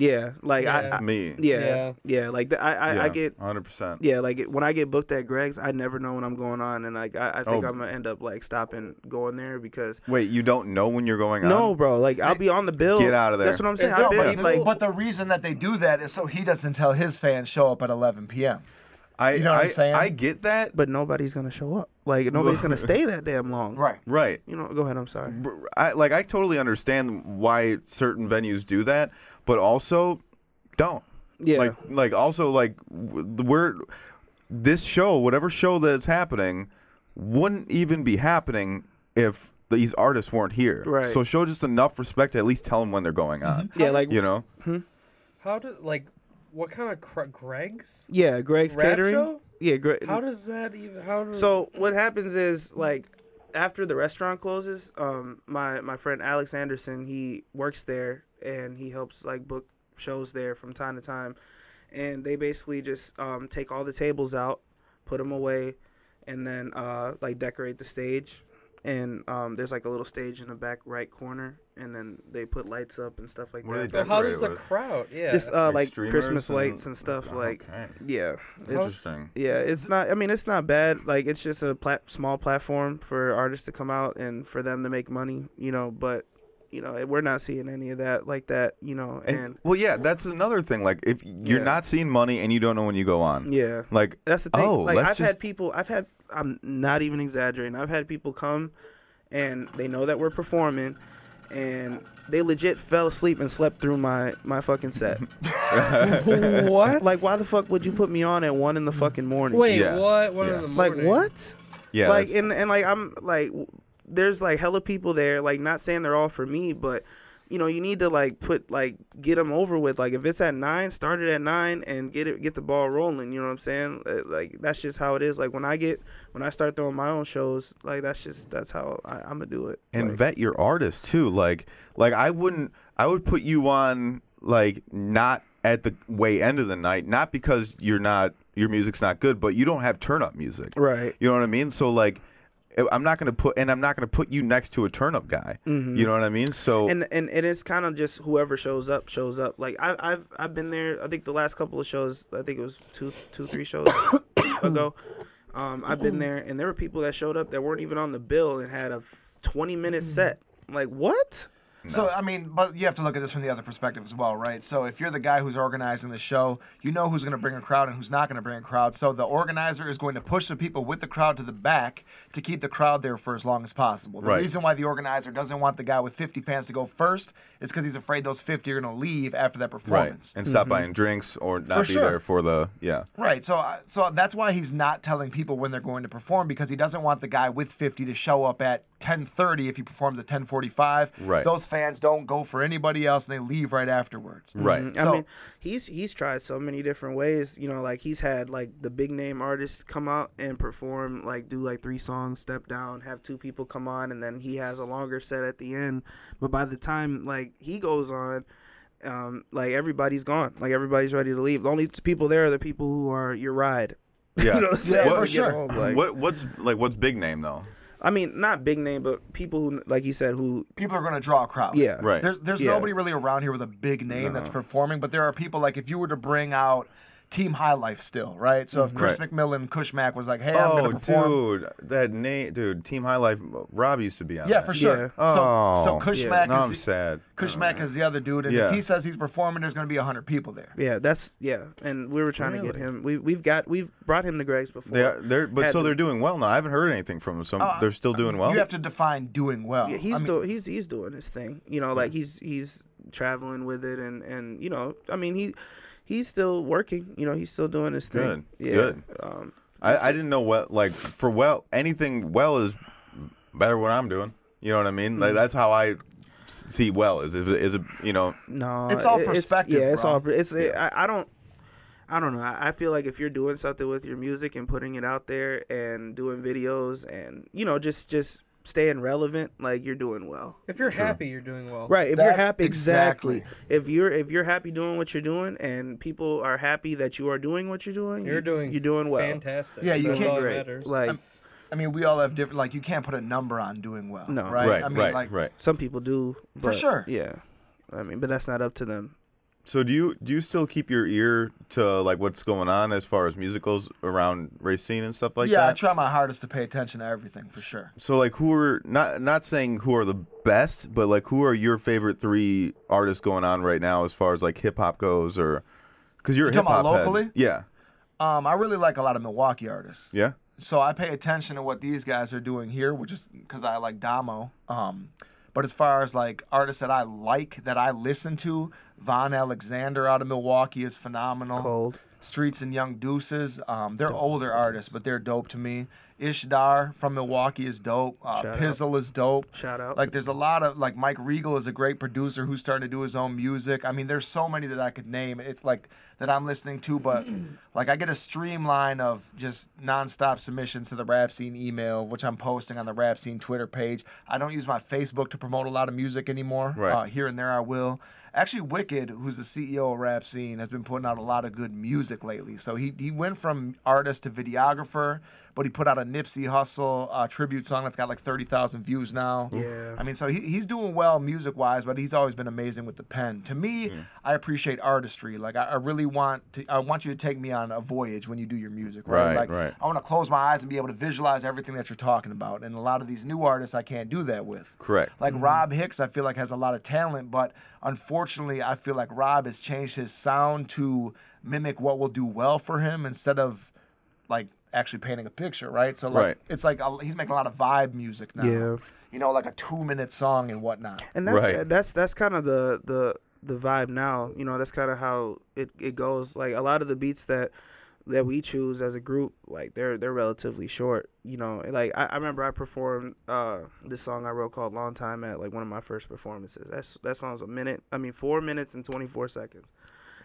S2: Yeah, like
S4: Yeah.
S2: I,
S1: That's
S2: I
S1: me.
S2: yeah,
S4: Yeah.
S2: yeah, like the, I, I I get
S1: hundred percent.
S2: yeah, like it, when I get booked at Greg's, I never know when I'm going on, and like I, I think
S1: Oh.
S2: I'm gonna end up like stopping going there because
S1: Wait, you don't know when you're going on?
S2: no, bro, like I'll be on the bill.
S1: Get outta there.
S2: That's what I'm saying.
S4: Is
S2: I've
S4: there
S2: been
S4: people-
S2: like
S3: but the reason that they do that is so he doesn't tell his fans show up at 11 p.m.
S1: I,
S3: You know what I'm
S1: I-
S3: saying?
S1: I get that.
S2: but nobody's gonna show up. Like nobody's gonna stay that damn long.
S3: Right. Mm-hmm.
S1: Right.
S2: You know. Go ahead. I'm sorry.
S1: Br- I, like I totally understand why certain venues do that, but also don't.
S2: Yeah.
S1: Like like also like w- we're this show, whatever show that's happening, wouldn't even be happening if these artists weren't here.
S2: Right. Mm-hmm.
S1: So show just enough respect to at least tell them when they're going on.
S2: Yeah, like
S1: You know,
S4: How do like what kind of cr- Greg's?
S2: yeah, Greg's
S4: Rap
S2: catering.
S4: show?
S2: Yeah, Greg.
S4: How does that even? How do
S2: So what happens is like after the restaurant closes, um, my my friend Alex Anderson, he works there and he helps like book shows there from time to time, and they basically just um, take all the tables out, put them away, and then uh, like decorate the stage. And um, there's like a little stage in the back right corner, and then they put lights up and stuff like
S1: What do
S2: that.
S1: they
S4: Well, how
S1: Decorate
S4: does the
S1: with-
S4: crowd? Yeah.
S2: Just uh, like
S1: streamers Oh,
S2: Christmas lights and stuff.
S1: Okay.
S2: Like, yeah, it's,
S1: interesting.
S2: yeah, it's not. I mean, it's not bad. Like, it's just a plat- small platform for artists to come out and for them to make money. You know, but you know, eh, we're not seeing any of that like that. You know,
S1: And,
S2: and,
S1: well, yeah, that's another thing. Like if you're
S2: Yeah.
S1: not seeing money and you don't know when you go on,
S2: yeah,
S1: like
S2: that's the thing.
S1: Oh,
S2: like,
S1: let's
S2: I've
S1: just-
S2: had people. I've had. I'm not even exaggerating. I've had people come, and they know that we're performing, and they legit fell asleep and slept through my my fucking set.
S4: what?
S2: like, why the fuck would you put me on at one in the fucking morning?
S4: Wait,
S1: Yeah.
S4: what? One in
S1: Yeah.
S4: the
S2: like
S4: morning.
S2: what?
S1: yeah,
S2: like
S1: that's-
S2: and and like I'm like w- there's like hella people there like not saying they're all for me but you know you need to like put like get them over with like if it's at nine start it at nine and get it get the ball rolling you know what I'm saying Uh, like that's just how it is like when I get when I start throwing my own shows like that's just that's how I, I'm gonna do it
S1: and
S2: like,
S1: vet your artist too. Like like I wouldn't I would put you on like not at the way end of the night, not because you're not your music's not good, but you don't have turn up music.
S2: right
S1: You know what I mean? So like I- I'm not gonna put and I'm not gonna put you next to a turn up guy. You know what I mean? So
S2: Mm-hmm. and and it is kind of just whoever shows up shows up. Like I, I've I've been there. I think the last couple of shows. I think it was two two three shows ago. Um, I've been there, and there were people that showed up that weren't even on the bill and had a twenty minute set. I'm like what?
S3: So I mean, but you have to look at this from the other perspective as well, right? So if you're the guy who's organizing the show, you know who's going to bring a crowd and who's not going to bring a crowd. So the organizer is going to push the people with the crowd to the back to keep the crowd there for as long as possible. The
S1: Right.
S3: reason why the organizer doesn't want the guy with 50 fans to go first is because he's afraid those 50 are going to leave after that
S1: right
S3: performance.
S1: and
S2: Mm-hmm.
S1: stop buying drinks or not be
S3: sure.
S1: there for the yeah.
S3: Right. So I- so that's why he's not telling people when they're going to perform because he doesn't want the guy with 50 to show up at 10:30 if he performs at 10:45.
S1: Right.
S3: Those fans don't go for anybody else and they leave right afterwards.
S1: Right.
S2: I
S3: So-
S2: mean, he's he's tried so many different ways. You know, like he's had like the big name artists come out and perform, like do like three songs, step down, have two people come on, and then he has a longer set at the end. But by the time like he goes on, um, like everybody's gone, like everybody's ready to leave. The only t- people there are the people who are your ride.
S1: Yeah.
S2: you know what I'm saying?
S3: for
S2: When we get
S3: sure.
S2: home, like-
S1: what what's like what's big name though?
S2: I mean, not big name, but people who, like he said, who
S3: People are going to draw a crowd.
S2: yeah,
S1: Right.
S3: There's there's
S2: Yeah.
S3: nobody really around here with a big name that's performing, but there are people like if you were to bring out Team High Life still, right? So if Chris
S1: Mm-hmm. Right.
S3: McMillan, Cushmack was like, "Hey, I'm
S1: Oh,
S3: going to perform."
S1: dude, that name, dude, Team High Life. Rob used to be on.
S3: Yeah,
S1: that.
S3: for sure.
S2: Yeah.
S1: Oh,
S3: so, so Cushmack
S1: Now I'm
S3: is the,
S1: sad.
S3: Cushmack is the other dude, and
S1: Yeah.
S3: if he says he's performing, there's going to be hundred people there.
S2: Yeah, that's yeah, and we were trying to get him. We we've got we've brought him to Greg's before.
S1: They are, they're, but
S2: Had
S1: so
S2: to-
S1: they're doing well now. I haven't heard anything from them. So they're still doing well.
S3: Uh, You have to define doing well.
S2: Yeah,
S3: Oh, I
S2: he's
S3: mean,
S2: do, he's he's doing his thing. You know, like he's he's traveling with it, and and you know, I mean he he's still working. You know, he's still doing his thing.
S1: Good,
S2: Yeah.
S1: good.
S2: Um,
S1: I, I didn't know what like for well anything well is better than what I'm doing. You know what I mean?
S3: Mm.
S1: Like, that's how I s- see well is is, is a, you know
S2: no,
S3: It's all
S2: it-
S3: perspective,
S2: yeah, it's
S3: bro.
S2: all. per- It's I, I don't. I don't know. I I feel like if you're doing something with your music and putting it out there and doing videos and you know just just staying relevant, like you're doing well.
S4: If you're happy, you're doing well.
S2: Right. If you're
S3: That-
S2: happy, exactly.
S3: exactly.
S2: If you're if you're happy doing what you're doing, and people are happy that you are doing what you're doing,
S4: You're
S2: you-
S4: doing.
S2: You're doing well.
S4: Fantastic.
S3: Yeah, you
S4: That's
S3: can't-
S4: all that
S2: Great.
S4: matters.
S2: Like
S3: Um, I mean, we all have different. Like, you can't put a number on doing well.
S2: No.
S3: Right.
S1: right
S3: I mean,
S1: right
S3: like,
S1: right.
S2: some people do. But,
S3: sure.
S2: Yeah. I mean, but that's not up to them.
S1: So do you do you still keep your ear to like what's going on as far as musicals around Racine and stuff like
S3: yeah, I
S1: that?
S3: try my hardest to pay attention to everything for sure.
S1: So like who are not not saying who are the best, but like who are your favorite three artists going on right now as far as like hip hop goes or cuz you're, a
S3: You're
S1: hip
S3: talking about
S1: hop head.
S3: locally?
S1: Yeah.
S3: Um, I really like a lot of Milwaukee artists.
S1: Yeah.
S3: So I pay attention to what these guys are doing here, which is because I like Damo. Um, but as far as like artists that I like that I listen to, Von Alexander out of Milwaukee is phenomenal.
S2: Cold.
S3: Streets and Young Deuces, um, they're older artists, but they're dope to me. Ishdar from Milwaukee is dope. Uh,
S2: Shout out.
S3: Pizzle is dope.
S2: Shout out.
S3: Like there's a lot of like Mike Regal is a great producer who's starting to do his own music. I mean, there's so many that I could name. It's like that I'm listening to, but like I get a streamline of just nonstop submissions to the rap scene email, which I'm posting on the rap scene Twitter page. I don't use my Facebook to promote a lot of music anymore.
S1: Right.
S3: Uh, here and there I will. Actually, Wicked, who's the CEO of Rap Scene, has been putting out a lot of good music lately. So he, he went from artist to videographer, but he put out a Nipsey Hussle uh, tribute song that's got like 30,000 views now.
S2: Yeah.
S3: I mean, so he, he's doing well music wise, but he's always been amazing with the pen. To me,
S1: Mm.
S3: I appreciate artistry. Like, I, I really want to, I want you to take me on a voyage when you do your music, right?
S1: Right,
S3: like,
S1: right.
S3: I want to close my eyes and be able to visualize everything that you're talking about. And a lot of these new artists, I can't do that with.
S1: Correct.
S3: Like Rob Hicks, I feel like has a lot of talent, but unfortunately, I feel like Rob has changed his sound to mimic what will do well for him instead of like actually painting a picture, right? So like
S1: Right.
S3: it's like a, he's making a lot of vibe music now.
S2: Yeah.
S3: You know, like a two-minute song and whatnot.
S2: and that's
S1: Right.
S2: that's that's kind of the the the vibe now you know that's kind of how it, it goes like a lot of the beats that that we choose as a group like they're they're relatively short you know like i, I remember i performed uh this song i wrote called long time at like one of my first performances that's that song's a minute i mean four minutes and 24 seconds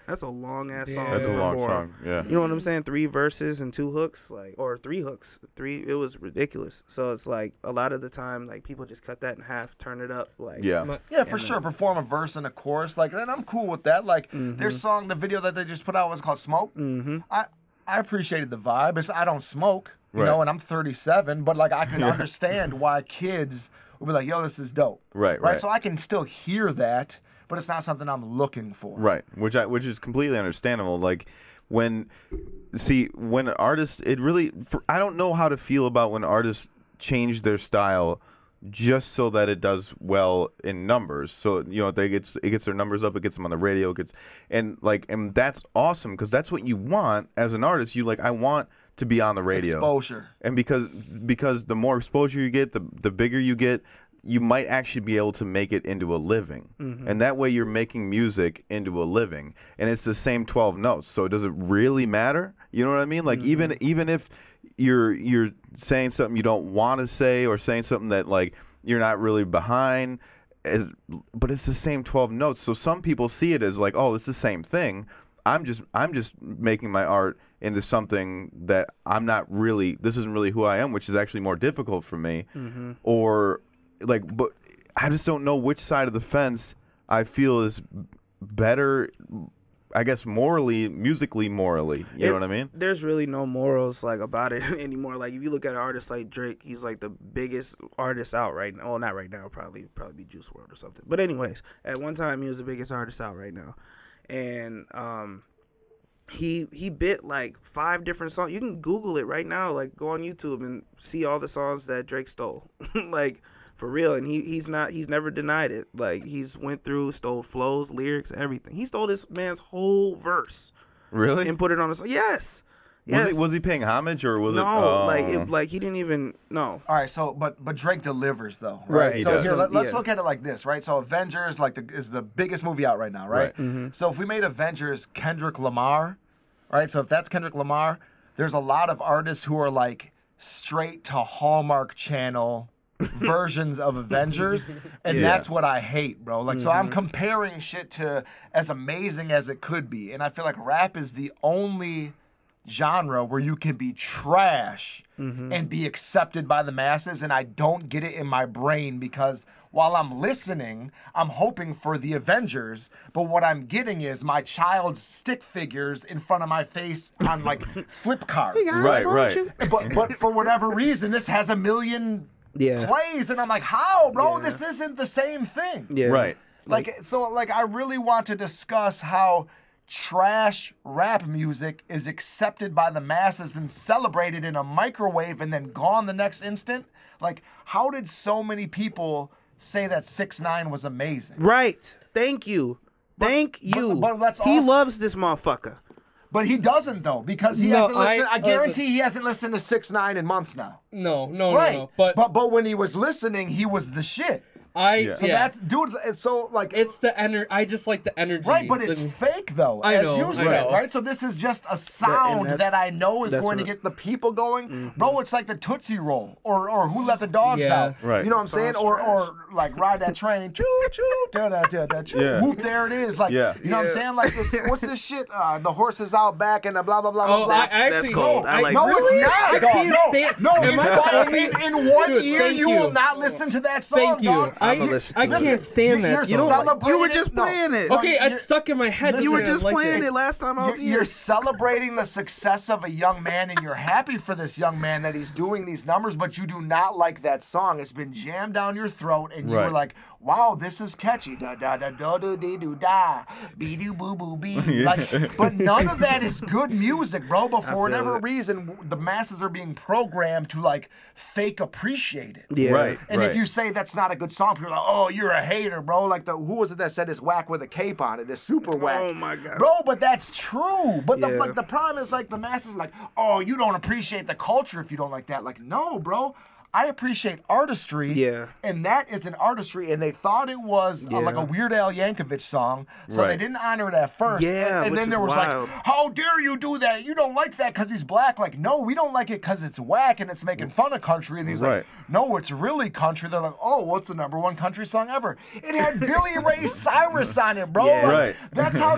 S2: that's a long ass song
S4: Damn.
S1: That's a
S2: to
S1: long
S2: perform.
S1: song. Yeah.
S2: You know what I'm saying? Three verses and two hooks, like or three hooks. Three it was ridiculous. So it's like a lot of the time like people just cut that in half, turn it up, like
S1: Yeah.
S3: Yeah, for sure. Perform a verse and a chorus, like then I'm cool with that. Like
S1: Mm-hmm.
S3: their song, the video that they just put out was called "Smoke." Mm-hmm. I I appreciated the vibe. It's I don't smoke, you
S1: Right.
S3: know, and I'm 37, but like I can understand why kids would be like, "Yo, this is dope."
S1: Right,
S3: right.
S1: right.
S3: So I can still hear that, but it's not something I'm looking for.
S1: Right, which I which is completely understandable. Like when see when artists, it really for, I don't know how to feel about when artists change their style just so that it does well in numbers. So you know they gets it gets their numbers up, it gets them on the radio, it gets and like and that's awesome because that's what you want as an artist. You like I want to be on the radio
S3: Exposure.
S1: and because because the more exposure you get, the the bigger you get, you might actually be able to make it into a living, and that way you're making music into a living, and it's the same twelve notes. So does it really matter? You know what I mean? Like even even if you're you're saying something you don't want to say or saying something that like you're not really behind. As, but it's the same 12 notes so some people see it as like oh it's the same thing I'm just I'm just making my art into something that I'm not really this isn't really who I am, which is actually more difficult for me.
S2: Mm-hmm.
S1: Or like but I just don't know which side of the fence I feel is better I guess morally, musically morally. You
S2: It-
S1: know what I mean?
S2: There's really no morals like about it anymore. Like if you look at artists like Drake, he's like the biggest artist out right now. Well, not right now, probably probably be Juice World or something. But anyways, at one time he was the biggest artist out right now, and um, he he bit like five different songs. You can Google it right now. Like go on YouTube and see all the songs that Drake stole. like for real. And he he's not he's never denied it. Like he's went through stole flows, lyrics, everything. He stole this man's whole verse
S1: Really?
S2: and put it on a song. Yes.
S1: Was,
S2: Yes.
S1: he, was he paying homage or was
S2: no,
S1: it? oh.
S2: like it, like he didn't even no.
S3: All right, so but but Drake delivers though, right?
S2: Right,
S1: he
S3: so
S1: does.
S3: here, let, us
S2: Yeah.
S3: look at it like this, right? So Avengers like the, is the biggest movie out right now, right?
S1: Right.
S3: So if we made Avengers Kendrick Lamar, right? So if that's Kendrick Lamar, there's a lot of artists who are like straight to Hallmark Channel versions of Avengers, and
S1: Yeah.
S3: that's what I hate, bro. Like so I'm comparing shit to as amazing as it could be, and I feel like rap is the only genre where you can be trash
S2: Mm-hmm.
S3: and be accepted by the masses and I don't get it in my brain because while I'm listening, I'm hoping for the Avengers, but what I'm getting is my child's stick figures in front of my face on like flip cards.
S1: right, right.
S3: But but for whatever reason, this has a million
S2: Yeah.
S3: plays and I'm like, "How, bro?
S2: Yeah.
S3: This isn't the same thing."
S2: Yeah.
S1: Right.
S3: Like, so like I really want to discuss how trash rap music is accepted by the masses and celebrated in a microwave and then gone the next instant. Like how did so many people say that 6 9 was amazing?
S2: Right. Thank you. Thank you.
S3: but let's
S2: he
S3: also-
S2: loves this motherfucker.
S3: But he doesn't though because he
S4: No,
S3: hasn't listened
S4: I-
S3: I, guarantee he hasn't listened to 6 9 in months now.
S4: No, no, no,
S3: Right.
S4: no. But,
S3: but but when he was listening, he was the shit.
S4: I yeah.
S1: Yeah. So
S3: So that's dude. it's So like
S4: it's the energy. I just like the energy.
S3: Right, but it's
S4: Like,
S3: fake though.
S4: I
S3: as
S4: know, I
S3: you said,
S4: know.
S3: right? So this is just a sound
S2: that's-
S3: that I know is
S2: that's
S3: going to
S2: what- Mm-hmm.
S3: get the people going. Bro, it's like the Tootsie Roll or or Who Let the Dogs
S4: Yeah.
S3: Out.
S1: Right.
S3: You know what I'm saying?
S2: Sounds
S3: Or
S2: trash.
S3: or like ride that train, choo choo, da da da da, choo.
S1: Yeah.
S3: Whoop, there it is. Like
S1: Yeah.
S3: you know what I'm
S2: Yeah.
S3: saying? Like this, what's this shit? Uh, the horse is out back and the blah blah blah blah
S4: Oh,
S3: blah.
S4: I, I actually
S2: that's cold. I like
S3: no,
S2: that.
S4: really?
S3: it's not.
S4: I
S3: dog.
S4: can't
S3: no,
S4: stand-
S3: no.
S4: Am
S3: in,
S4: I
S3: five-
S4: fucking-
S3: in, in one
S4: Dude,
S3: year,
S4: thank
S3: you,
S4: you.
S3: will not listen to that song.
S4: Thank you.
S3: dog.
S4: I,
S2: I'ma listen
S4: I
S2: to it.
S4: can't stand
S3: You're-
S4: that.
S3: you're
S4: song.
S3: celebrating
S2: You were
S3: it?
S2: just
S3: No.
S2: playing it.
S4: okay,
S3: you're-
S4: it's stuck in my head.
S2: you were
S4: and I
S2: just
S4: like
S2: playing
S4: it.
S2: it. last time I
S3: You're,
S2: was
S3: you're
S2: here.
S3: celebrating the success of a young man, and you're happy for this young man that he's doing these numbers, but you do not like that song. It's been jammed down your throat, and you were
S1: Right.
S3: like, "Wow, this is catchy." Da da da da do dee do da, be do boo boo bee. Like, but none of that is good music, bro. But for whatever
S2: it.
S3: reason, w- the masses are being programmed to like fake appreciate it.
S2: Yeah.
S1: Right.
S3: And
S1: right.
S3: if you say that's not a good song, people are like, "Oh, you're a hater, bro." Like the who was it that said it's whack with a cape on it? It's super whack.
S2: Oh my God.
S3: bro! But that's true. But the
S2: Yeah.
S3: like the problem is like the masses are like, "Oh, you don't appreciate the culture if you don't like that." Like, no, bro. I appreciate artistry.
S2: Yeah.
S3: And that is an artistry, and they thought it was uh, like a Weird Al Yankovic song, so they
S1: Right.
S3: didn't honor it at first.
S2: Yeah,
S3: And, and
S2: which
S3: then
S2: is
S3: there was
S2: wild.
S3: like, "How dare you do that? You don't like that because he's black." Like, no, we don't like it because it's whack and it's making fun of country. And he's like,
S1: Right.
S3: no, it's really country. They're like, oh, what's the number one country song ever? It had Billy Ray Cyrus on it, bro.
S2: Yeah.
S1: Right.
S3: Like, That's how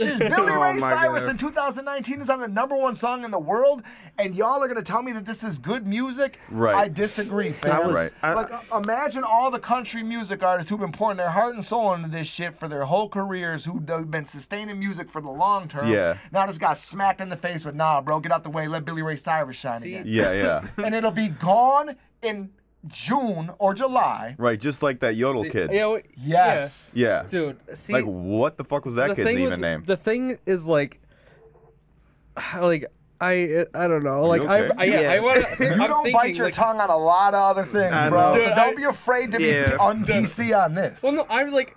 S3: is. Billy
S2: Oh my
S3: Ray Cyrus
S2: God.
S3: in 2019 is on the number one song in the world, and y'all are gonna tell me that this is good music?
S1: Right.
S3: I disagree, fam.
S2: was-
S1: Right.
S2: I-
S3: like, uh, imagine all the country music artists who've been pouring their heart and soul into this shit for their whole careers, who've done- been sustaining music for the long term.
S1: Yeah.
S3: Now just got smacked in the face with, nah, bro, get out the way, let Billy Ray Cyrus shine
S4: See,
S3: again
S1: yeah, yeah.
S3: and it'll be gone in June or July.
S1: Right, just like that yodel kid.
S4: Yeah, wait,
S3: Yes.
S1: Yeah.
S4: yeah. dude. See,
S1: like what the fuck was that kid's
S4: thing
S1: even
S4: with-
S1: name?
S4: The thing is like, like I I don't know. Like I,
S1: okay?
S4: I yeah, I
S2: Yeah.
S4: want to.
S3: You don't bite your tongue on a lot of other things,
S2: I
S3: bro.
S2: know.
S3: so
S4: Dude,
S3: don't
S4: I-
S3: be afraid to be
S2: Yeah.
S3: on PC on this.
S4: Well, no, I'm like,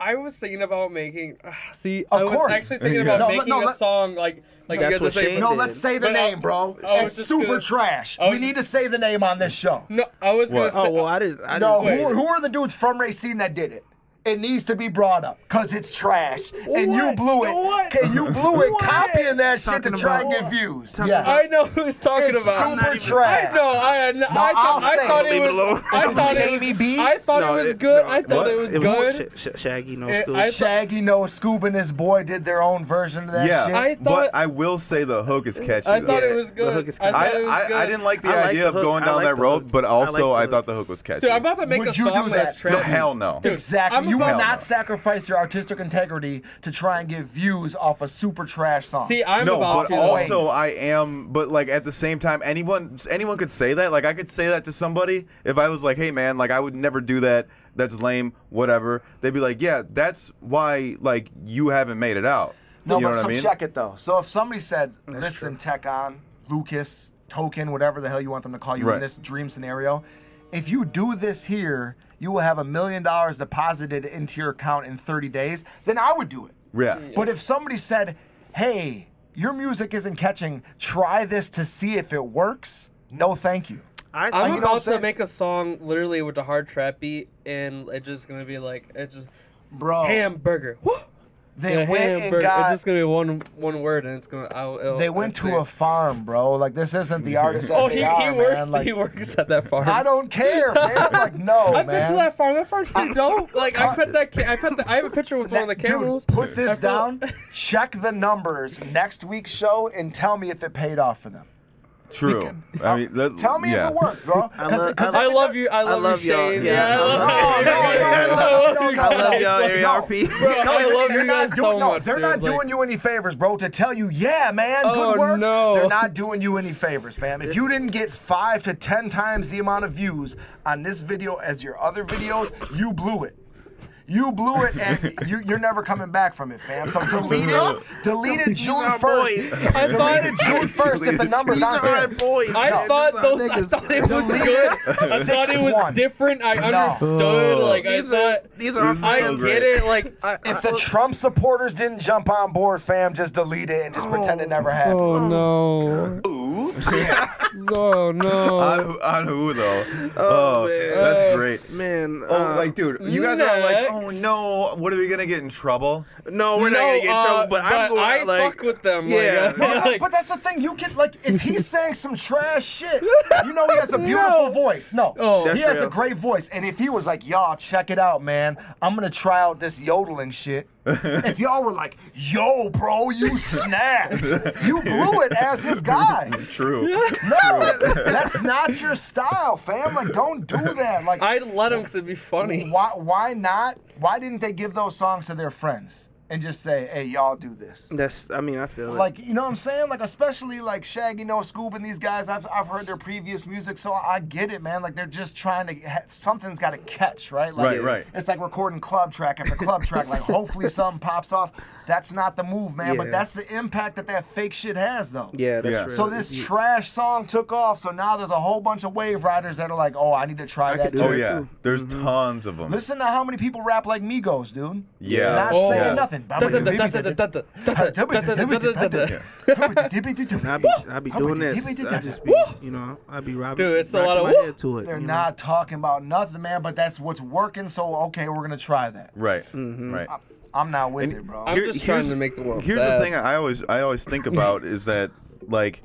S4: I was thinking about making. see, I was
S3: course.
S4: actually thinking
S1: Yeah.
S4: about
S3: No, let-
S4: making a
S3: no, let-
S4: song like like
S2: That's
S4: you guys
S2: what
S4: are saying.
S2: Shane
S3: no,
S2: did.
S3: let's say the
S4: But I-
S3: name, bro.
S4: I was
S3: it's
S4: just
S3: super
S4: gonna-
S3: trash.
S4: I was
S3: We need to
S4: just-
S3: say the name on this show.
S4: No, I was gonna
S1: What?
S4: say.
S2: Oh well, I didn't. I
S3: No,
S2: didn't say
S3: who,
S2: it.
S3: who are the dudes from Racine that did it? It needs to be brought up because it's trash, and you
S4: What?
S3: blew it.
S4: What?
S3: Okay, you blew it,
S4: What?
S3: copying that shit to
S2: Talking
S3: try and
S2: about-
S3: get views.
S2: Talking
S3: Yeah.
S2: about-
S4: I know who's talking
S3: It's
S4: about.
S2: not
S3: super
S2: even-
S3: trash.
S4: I know. I, I, I,
S3: I'll
S4: thought, I
S3: say
S4: thought
S3: it.
S4: it
S2: Leave it
S4: was.
S2: alone.
S4: I thought it
S3: Jamie
S4: was.
S3: B?
S4: I thought
S2: No,
S4: it was
S2: it-
S4: good.
S2: no,
S4: I thought
S1: what?
S4: it was
S2: It was
S4: good.
S2: Sh- Sh- Shaggy, no
S4: It-
S2: school.
S4: I-
S3: Shaggy, Noah, Scoob, and his boy did their own version of that
S1: yeah,
S3: shit.
S4: I
S1: but
S4: thought-
S1: I will say the hook is catchy.
S4: I
S1: though.
S4: thought
S2: Yeah,
S4: it was
S2: the
S4: good.
S2: hook is
S4: I
S1: I,
S4: thought it was
S1: I, I
S4: good.
S1: didn't like the
S2: I like
S1: idea
S2: the
S1: of
S2: hook.
S1: going
S2: I
S1: down
S2: like
S1: that
S2: the
S1: road,
S2: hook.
S1: but
S2: I
S1: also
S2: like
S1: I,
S2: the
S1: thought
S2: hook.
S1: the hook was catchy.
S4: Dude, I'm about to make
S3: Would
S4: a
S3: you
S4: song
S3: do
S4: that
S3: that?
S4: tracks.
S1: Hell no.
S4: Dude,
S3: Exactly.
S4: I'm
S3: you will
S4: about-
S3: not sacrifice your artistic integrity to try and get views off a super trash song.
S4: See, I'm
S1: no,
S4: about
S1: but
S4: to.
S1: also I am, but like at the same time, anyone anyone could say that. Like I could say that to somebody if I was like, "Hey man, like I would never do that. That's lame. Whatever." They'd be like, "Yeah, that's why like you haven't made it out."
S3: no,
S1: you know
S3: but
S1: what
S3: so
S1: I mean?
S3: check it though. So if somebody said, "Listen, Tech on Lucas Token, whatever the hell you want them to call you in
S1: Right.
S3: this dream scenario, if you do this here, you will have a million dollars deposited into your account in 30 days." Then I would do it.
S1: Yeah.
S3: But if somebody said, "Hey, your music isn't catching. Try this to see if it works," no, thank you.
S2: I,
S4: I'm
S3: you know what I'm
S4: about to
S3: saying?
S4: make a song literally with the hard trap beat, and it's just gonna be like it's just
S3: Bro,
S4: hamburger. Woo!
S3: they
S4: Yeah,
S3: went and
S4: hamburger.
S3: got
S4: It's just gonna be one one word, and it's gonna. I'll, it'll,
S3: They went
S4: it's
S3: to
S4: there.
S3: a farm, bro. Like this isn't the artist. That
S4: Oh,
S3: they
S4: he,
S3: are,
S4: he
S3: man.
S4: works.
S3: Like,
S4: he works at that farm.
S3: I don't care, man. Like no,
S4: I've
S3: man.
S4: been to that farm. That farm's pretty dope. Like I put that. Ca- I put. The, I have a picture with one of
S3: That-
S4: the cameras.
S3: Dude, put
S4: I
S3: this
S4: put-
S3: down. check the numbers next week's show and tell me if it paid off for them.
S1: True. I mean, that-
S3: Tell me
S1: yeah.
S3: if it worked, bro.
S2: I
S3: 'Cause-
S2: love-
S3: 'cause
S4: I
S3: if it
S4: love
S3: does-
S4: you. I love,
S2: love
S4: you,
S2: y'all.
S4: Shane.
S2: Yeah, I
S3: No,
S2: love
S3: no,
S2: y'all.
S3: no, no, no, no, no,
S2: I love y'all,
S3: no.
S2: AARP.
S4: Bro, I love
S3: they're
S4: you
S3: not
S4: guys
S3: doing-
S4: so
S3: no,
S4: much.
S3: They're not
S4: dude. Like,
S3: doing you any favors, bro, to tell you, yeah, man,
S4: Oh,
S3: good work.
S4: no.
S3: They're not doing you any favors, fam. If you didn't get five to ten times the amount of views on this video as your other videos, you blew it. You blew it, and you, you're never coming back from it, fam. So delete it. Delete it June
S2: our
S3: first.
S2: boys.
S4: I thought-
S3: Delete it June first if the numbers
S2: These
S3: aren't
S2: are our
S3: there.
S2: boys.
S4: I
S2: man.
S4: thought
S2: These are
S4: those. I
S2: niggas.
S4: thought it was
S3: Delete
S4: good.
S3: it.
S4: I thought it was
S3: 6-1.
S4: different. I
S3: No.
S4: understood. Like I
S2: These are
S4: thought.
S2: these are our
S4: I
S1: so
S2: friends.
S1: great.
S4: get it. Like I,
S2: Uh,
S3: If the Trump supporters didn't jump on board, fam, just delete it and just pretend it never happened.
S4: Oh no!
S5: Oops.
S4: No no!
S1: on, who- on who though?
S2: Oh, man.
S1: that's great.
S2: Man,
S1: Oh,
S2: uh,
S1: like, dude, you guys are like,
S4: next.
S1: oh no, what are we gonna get in trouble?
S2: no, we're not gonna get in
S4: uh,
S2: trouble. But, I'm going
S4: I
S2: out, like,
S4: fuck with them.
S2: Yeah.
S4: Like,
S3: But,
S4: uh, like,
S3: but that's the thing. You can like if he's saying some trash shit, you know he has a beautiful voice. No,
S4: Oh.
S3: he
S2: That's
S3: has
S2: real.
S3: a great voice. And if he was like, y'all check it out, man, I'm gonna try out this yodeling shit. if y'all were like, yo, bro, you snapped, you blew it as his guy.
S1: True.
S3: No, that's not your style, fam. Like, don't do that. Like,
S4: I'd let them because it'd be funny.
S3: why? Why not? Why didn't they give those songs to their friends and just say, hey, y'all do this?
S2: that's. I mean, I feel it.
S3: Like you know what I'm saying? Like especially like Shaggy, No Scoop, and these guys. I've I've heard their previous music, so I get it, man. Like they're just trying to ha- something's got to catch, right? Like,
S1: Right, right.
S3: It's like recording club track after club track. Like hopefully something pops off. That's not the move, man. But
S2: Yeah.
S3: that's the impact that that fake shit has, though.
S2: yeah, that's
S1: Yeah.
S2: real.
S3: So this trash song took off. So now there's a whole bunch of wave riders that are like, oh, I need to try
S2: I
S3: that.
S2: could do
S3: too.
S1: Oh
S2: Sure,
S1: yeah,
S2: too.
S1: there's tons of them.
S3: Listen to how many people rap like Migos, dude.
S1: Yeah.
S3: Not
S4: Oh.
S3: saying
S1: Yeah.
S3: nothing.
S4: Dude,
S2: And I be, I be doing this. I just be, you know, I be robbing.
S4: Dude, it's a lot of
S2: my
S4: woo.
S2: head to it.
S3: They're
S2: you know?
S3: not talking about nothing, man. But that's what's working. So okay, we're gonna try that.
S1: Right. Right.
S3: I'm not with it, bro.
S4: I'm just trying to make the world
S1: Here's
S4: sad.
S1: the thing I always I always think about is that like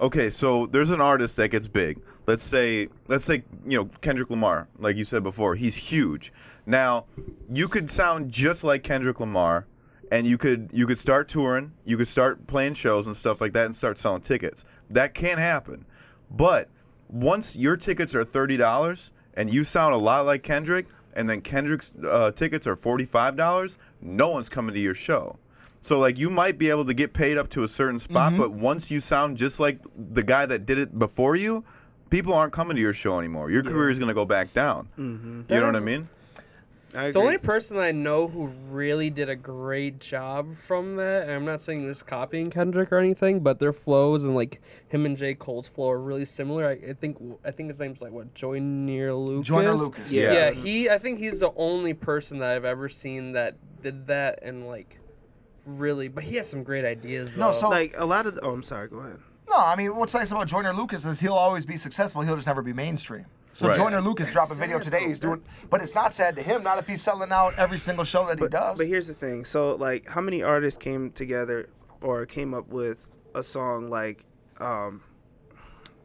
S1: okay, so there's an artist that gets big. Let's say let's say, you know, Kendrick Lamar, like you said before, he's huge. Now, you could sound just like Kendrick Lamar and you could you could start touring, you could start playing shows and stuff like that and start selling tickets. That can happen. But once your tickets are thirty dollars and you sound a lot like Kendrick, and then Kendrick's uh, tickets are forty-five dollars, no one's coming to your show. So like you might be able to get paid up to a certain spot,
S2: Mm-hmm.
S1: but once you sound just like the guy that did it before you, people aren't coming to your show anymore. Your career is gonna go back down.
S2: Mm-hmm.
S1: You know what I mean?
S2: I
S4: The
S2: agree.
S4: only person I know who really did a great job from that, and I'm not saying they're just copying Kendrick or anything, but their flows and like him and J. Cole's flow are really similar. I, I think I think his name's like what Joyner Lucas.
S3: Joyner Lucas.
S2: Yeah.
S4: Yeah. he. I think he's the only person that I've ever seen that did that and like really. But he has some great ideas. Though.
S3: No, so-
S2: like a lot of. The, oh, I'm sorry. Go ahead.
S3: No, I mean, what's nice about Joyner Lucas is he'll always be successful. He'll just never be mainstream. So
S1: Right.
S3: Joyner Lucas dropped a video
S2: sad,
S3: today.
S2: though.
S3: He's doing, but it's not sad to him. Not if he's selling out every single show that he does.
S2: But here's the thing. So like, how many artists came together or came up with a song like, um,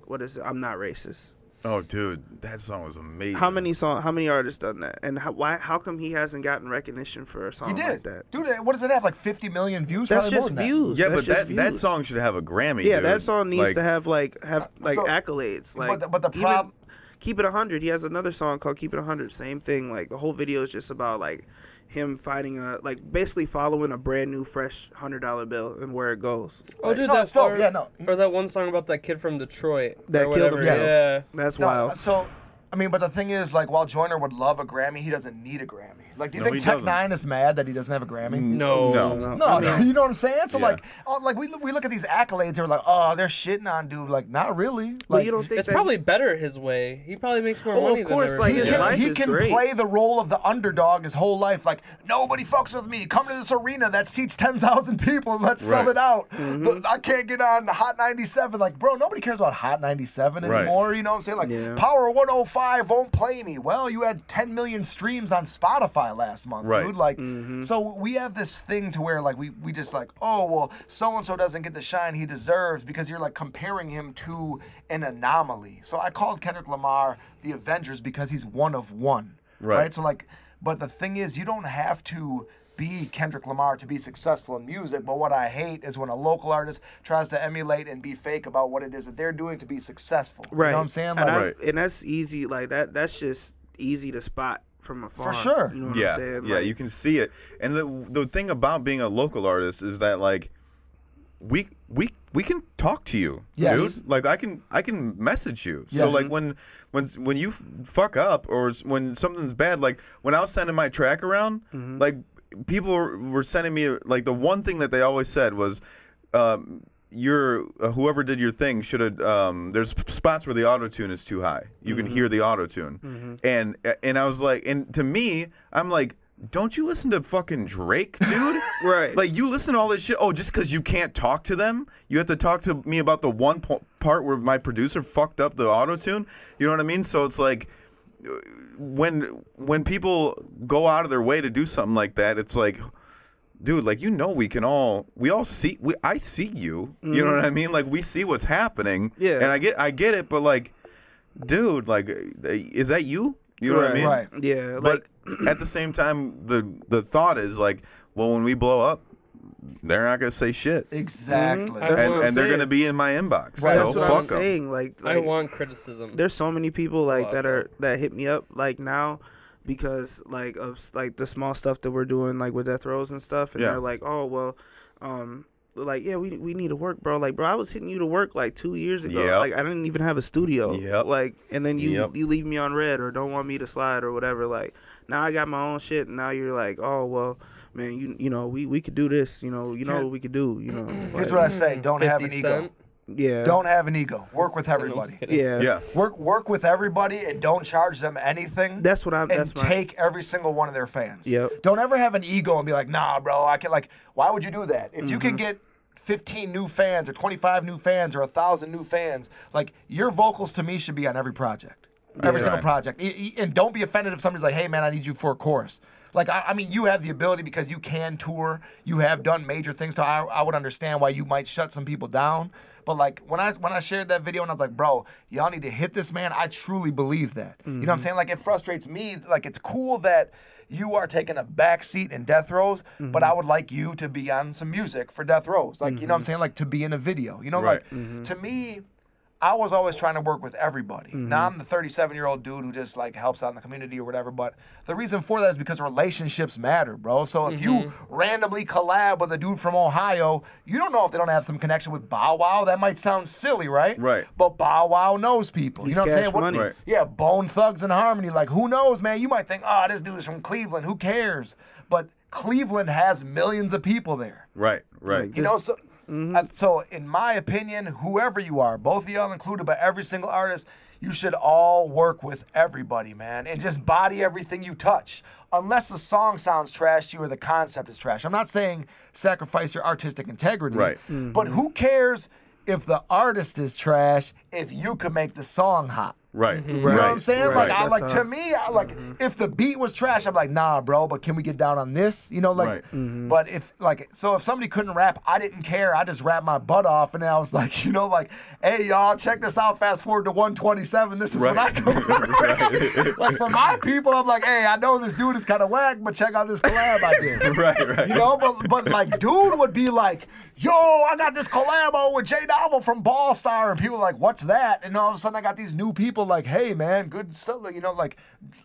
S2: what is it? I'm not racist.
S1: Oh, dude, that song was amazing.
S2: How many song? How many artists done that? And how, why? How come he hasn't gotten recognition for a song
S3: he
S2: like
S3: did,
S2: that?
S3: dude. What does it have? Like 50 million views.
S2: That's
S3: Probably more
S2: just
S3: than that.
S2: views.
S1: Yeah,
S2: That's
S1: but
S2: just
S1: that that
S2: views.
S1: song should have a Grammy.
S2: Yeah,
S1: dude.
S2: that song needs
S1: Like,
S2: to have like have like
S3: uh, so-
S2: accolades. Like,
S3: the- but the
S2: even
S3: prob-
S2: keep it hundred. He has another song called "Keep It hundred. Same thing. Like the whole video is just about like him finding a like basically following a brand new fresh hundred dollar bill and where it goes.
S4: oh, dude,
S3: No,
S4: that's
S3: it's dope.
S4: or,
S3: Yeah, no.
S4: or that one song about that kid from Detroit
S2: That
S4: or
S2: killed
S4: whatever.
S2: himself.
S4: Yeah.
S2: That's
S3: No,
S2: wild.
S3: So, I mean, but the thing is, like, while Joyner would love a Grammy, he doesn't need a Grammy. Like, do you
S1: No,
S3: think
S1: he
S3: Tech
S1: doesn't. Mm.
S3: Nine is mad that he doesn't have a Grammy?
S4: No.
S1: No.
S3: No, you know what I'm saying. So
S1: Yeah.
S3: like, oh, like we we look at these accolades, they're like, oh, they're shitting on dude. Like, not really. Like,
S2: But you don't think
S4: It's
S2: that-
S4: probably better his way. He probably makes more
S2: Oh,
S4: money
S2: of course,
S4: than
S2: like,
S4: everybody
S3: he
S2: his
S4: else.
S3: can,
S2: life
S3: he
S2: is
S3: can
S2: great.
S3: play the role of the underdog his whole life. Like nobody fucks with me. Come to this arena that seats ten thousand people and let's
S1: Right.
S3: sell it out.
S2: Mm-hmm.
S3: But I can't get on the Hot 97. Like, bro, nobody cares about Hot 97
S1: Right.
S3: anymore. You know what I'm saying? Like,
S2: Yeah.
S3: Power 105 won't play me. Well, you had 10 million streams on Spotify last month,
S1: Right.
S3: dude. Like,
S1: Mm-hmm.
S3: so we have this thing to where like we we just like, oh well, so and so doesn't get the shine he deserves because you're like comparing him to an anomaly. So I called Kendrick Lamar the Avengers because he's one of one.
S1: Right.
S3: So like, but the thing is, you don't have to be Kendrick Lamar to be successful in music. But what I hate is when a local artist tries to emulate and be fake about what it is that they're doing to be successful.
S2: right.
S3: You know what I'm saying?
S2: And,
S3: Like,
S2: I-
S1: Right.
S2: and that's easy. Like that. That's just easy to spot from afar.
S3: sure.
S2: You know what
S1: yeah,
S2: I'm saying?
S1: yeah,
S2: Like,
S1: you can see it. And the the thing about being a local artist is that like we we we can talk to you,
S3: Yes.
S1: dude. Like I can I can message you. So
S3: Yes.
S1: like when when when you f- fuck up or s- when something's bad, like when I was sending my track around, like people were, were sending me like the one thing that they always said was. Um, your uh, whoever did your thing should have. Um, there's p- spots where the auto tune is too high. You can hear the auto tune, and uh, and I was like, and to me, I'm like, don't you listen to fucking Drake, dude?
S2: Right.
S1: Like you listen to all this shit. Oh, just because you can't talk to them, you have to talk to me about the one po- part where my producer fucked up the auto tune. You know what I mean? So it's like when when people go out of their way to do something like that, it's like, dude, like you know, we can all we all see we I see you. You know what I mean? Like we see what's happening.
S2: Mm-hmm. Yeah.
S1: And I get I get it, but like, dude, like, is that you? You know what I
S2: Right.
S1: mean?
S3: Right.
S2: yeah, like
S1: but at the same time, the the thought is like, well, when we blow up, they're not gonna say shit,
S3: Exactly.
S4: That's
S1: and,
S4: what I'm
S1: and they're
S2: saying.
S1: gonna be in my inbox.
S3: Right.
S1: So
S2: that's what
S1: fuck
S2: I'm
S1: 'em.
S2: saying. Like,
S4: I
S2: like
S4: want criticism.
S2: there's so many people like
S4: Love
S2: that
S4: that.
S2: are that hit me up like now because like of s- like the small stuff that we're doing like with death rows and stuff and
S1: Yeah.
S2: they're like oh well um like yeah we we need to work bro like bro i was hitting you to work like two years ago
S1: Yep.
S2: like i didn't even have a studio
S1: Yep.
S2: like and then you
S1: Yep.
S2: you leave me on red or don't want me to slide or whatever like now i got my own shit and now you're like oh well man you you know we we could do this you know you know
S3: Here-
S2: what we could do you know like,
S3: Here's what I say:
S1: Mm-hmm.
S3: Don't have
S4: 50
S3: an ego.
S4: Cent.
S2: yeah
S3: Don't have an ego. Work with
S4: No, I'm just
S3: everybody.
S4: kidding.
S2: yeah
S1: Yeah,
S3: Work work with everybody and don't charge them anything.
S2: that's what i'm
S3: and
S2: that's my
S3: take every single one of their fans.
S2: Yep.
S3: Don't ever have an ego and be like, nah, bro, I can like why would you do that? If you can
S2: Mm-hmm.
S3: get 15 new fans or 25 new fans or a thousand new fans, like your vocals to me should be on every project. Every
S1: Yeah.
S3: single
S1: Right.
S3: project. E- e- And don't be offended if somebody's like, hey man, I need you for a chorus. Like I, I mean, you have the ability because you can tour. You have done major things, so I, I would understand why you might shut some people down. But like when I when I shared that video and I was like, bro, y'all need to hit this man. I truly believe that. You know what I'm
S1: Mm-hmm.
S3: saying? Like it frustrates me. Like it's cool that you are taking a back seat in Death Rows,
S1: Mm-hmm.
S3: but I would like you to be on some music for Death Rows. Like you know what I'm saying? Like to be in a video. You know,
S1: Mm-hmm. Right.
S3: like
S2: Mm-hmm.
S3: to me, I was always trying to work with everybody.
S2: Mm-hmm.
S3: Now I'm the 37 year old dude who just like helps out in the community or whatever. But the reason for that is because relationships matter, bro. So if you
S2: Mm-hmm.
S3: randomly collab with a dude from Ohio, you don't know if they don't have some connection with Bow Wow. That might sound silly, right?
S1: Right.
S3: But Bow Wow knows people.
S2: He's
S3: you know what I'm
S2: Cash
S3: saying?
S2: Money.
S1: Right.
S3: Yeah, Bone Thugs and Harmony. Like, who knows, man? You might think, oh, this dude's from Cleveland. Who cares? But Cleveland has millions of people there.
S1: right, right.
S2: Like,
S3: You know, so uh, so in my opinion, whoever you are, both of y'all included, but every single artist, you should all work with everybody, man, and just body everything you touch. Unless the song sounds trash to you or the concept is trash. I'm not saying sacrifice your artistic integrity,
S1: Right.
S3: But who cares if the artist is trash if you can make the song hot?
S1: Right.
S3: You know what I'm
S1: right,
S3: saying?
S1: Right.
S3: Like, I
S2: That's
S3: like
S2: how- Mm-hmm.
S3: to me, I like if the beat was trash, I'm like, nah, bro. But can we get down on this? You know, like.
S1: Right.
S2: Mm-hmm.
S3: But if like, so if somebody couldn't rap, I didn't care. I just rapped my butt off, and I was like, you know, like, hey y'all, check this out. Fast forward to 127. This is what I
S1: Right.
S3: come. like for my people, I'm like, hey, I know this dude is kind of whack, but check out this collab I did.
S1: right, right.
S3: You know, but but like, dude would be like, "Yo, I got this collabo with Jay Novel from Ball Star," and people are like, "What's that?" And all of a sudden, I got these new people like, "Hey, man, good stuff." Like, you know, like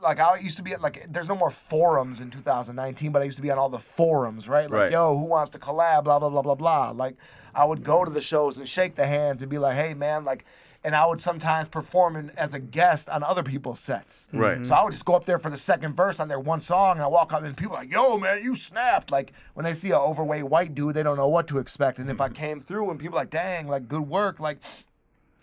S3: like I used to be at like, there's no more forums in 2019, but I used to be on all the forums, right? Like,
S1: Right.
S3: yo, who wants to collab? Blah blah blah blah blah. Like, I would go to the shows and shake the hands and be like, "Hey, man," like. And I would sometimes perform in, as a guest on other people's sets.
S1: Right.
S3: So I would just go up there for the second verse on their one song, and I walk up, and people are like, "Yo, man, you snapped!" Like when they see an overweight white dude, they don't know what to expect. And if
S1: Mm-hmm.
S3: I came through, and people are like, "Dang, like good work!" Like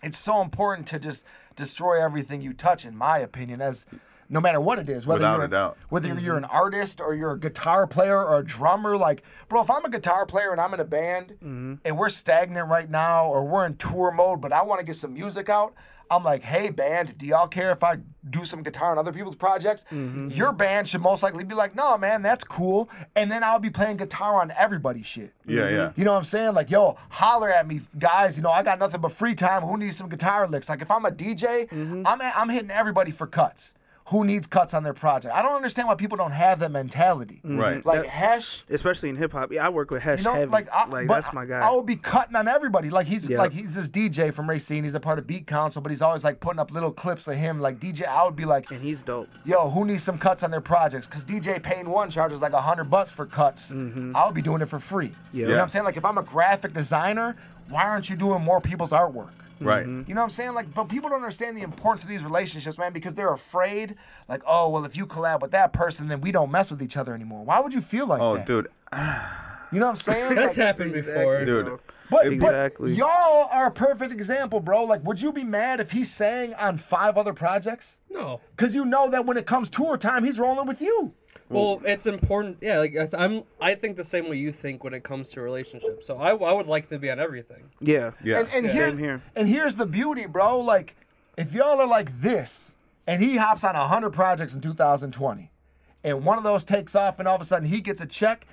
S3: it's so important to just destroy everything you touch, in my opinion, as no matter what it is, whether
S1: Without
S3: you're
S1: a doubt.
S3: whether you're an artist or you're a guitar player or a drummer, like bro, if I'm a guitar player and I'm in a band
S1: Mm-hmm.
S3: and we're stagnant right now or we're in tour mode, but I want to get some music out, I'm like, hey band, do y'all care if I do some guitar on other people's projects?
S1: Mm-hmm.
S3: Your band should most likely be like, no man, that's cool, and then I'll be playing guitar on everybody's shit.
S1: Yeah, yeah.
S3: You know what I'm saying? Like, yo, holler at me, guys. You know, I got
S2: Mm-hmm.
S3: nothing but free time. Who needs some guitar licks? Like, if I'm a DJ, I'm I'm hitting everybody for cuts. who needs cuts on their project. I don't understand why people don't have that mentality.
S1: Right.
S3: Like
S2: Mm-hmm. That-
S3: Hesh,
S2: especially in hip hop. Yeah, I work with Hesh
S3: you know,
S2: heavy.
S3: like, I, but
S2: that's my guy.
S3: I would be cutting on everybody. Like he's
S2: Yeah.
S3: like he's this DJ from Racine. He's a part of Beat Council, but he's always like putting up little clips of him. Like DJ, I would be like,
S2: and he's dope.
S3: yo, who needs some cuts on their projects? Because DJ Payne One charges like a hundred bucks for cuts. I would be doing it for free. You know
S1: Mm-hmm. Yeah.
S3: what I'm saying? Like if I'm a graphic designer, why aren't you doing more people's artwork?
S1: Right.
S3: You know what I'm saying? Like, but people don't understand the importance of these relationships, man, because they're afraid, like, oh, well, if you collab with that person, then we don't mess with each other anymore. Why would you feel like
S1: Oh,
S3: that?
S1: dude,
S3: You know what I'm saying?
S4: That's
S3: Like,
S4: happened before.
S1: Dude.
S2: bro.
S3: but,
S2: Exactly.
S3: But y'all are a perfect example, bro. Like, would you be mad if he sang on five other projects?
S4: No.
S3: Because you know that when it comes tour time, he's rolling with you.
S4: Well, it's important. Yeah, like it's- I'm. I think the same way you think when it comes to relationships. So I, I would like to be on everything.
S2: Yeah.
S1: yeah.
S3: And, and
S2: Same
S3: here-
S2: here.
S3: And here's the beauty, bro. Like, if y'all are like this, and he hops on 100 projects in 2020, and one of those takes off, and all of a sudden he gets a check,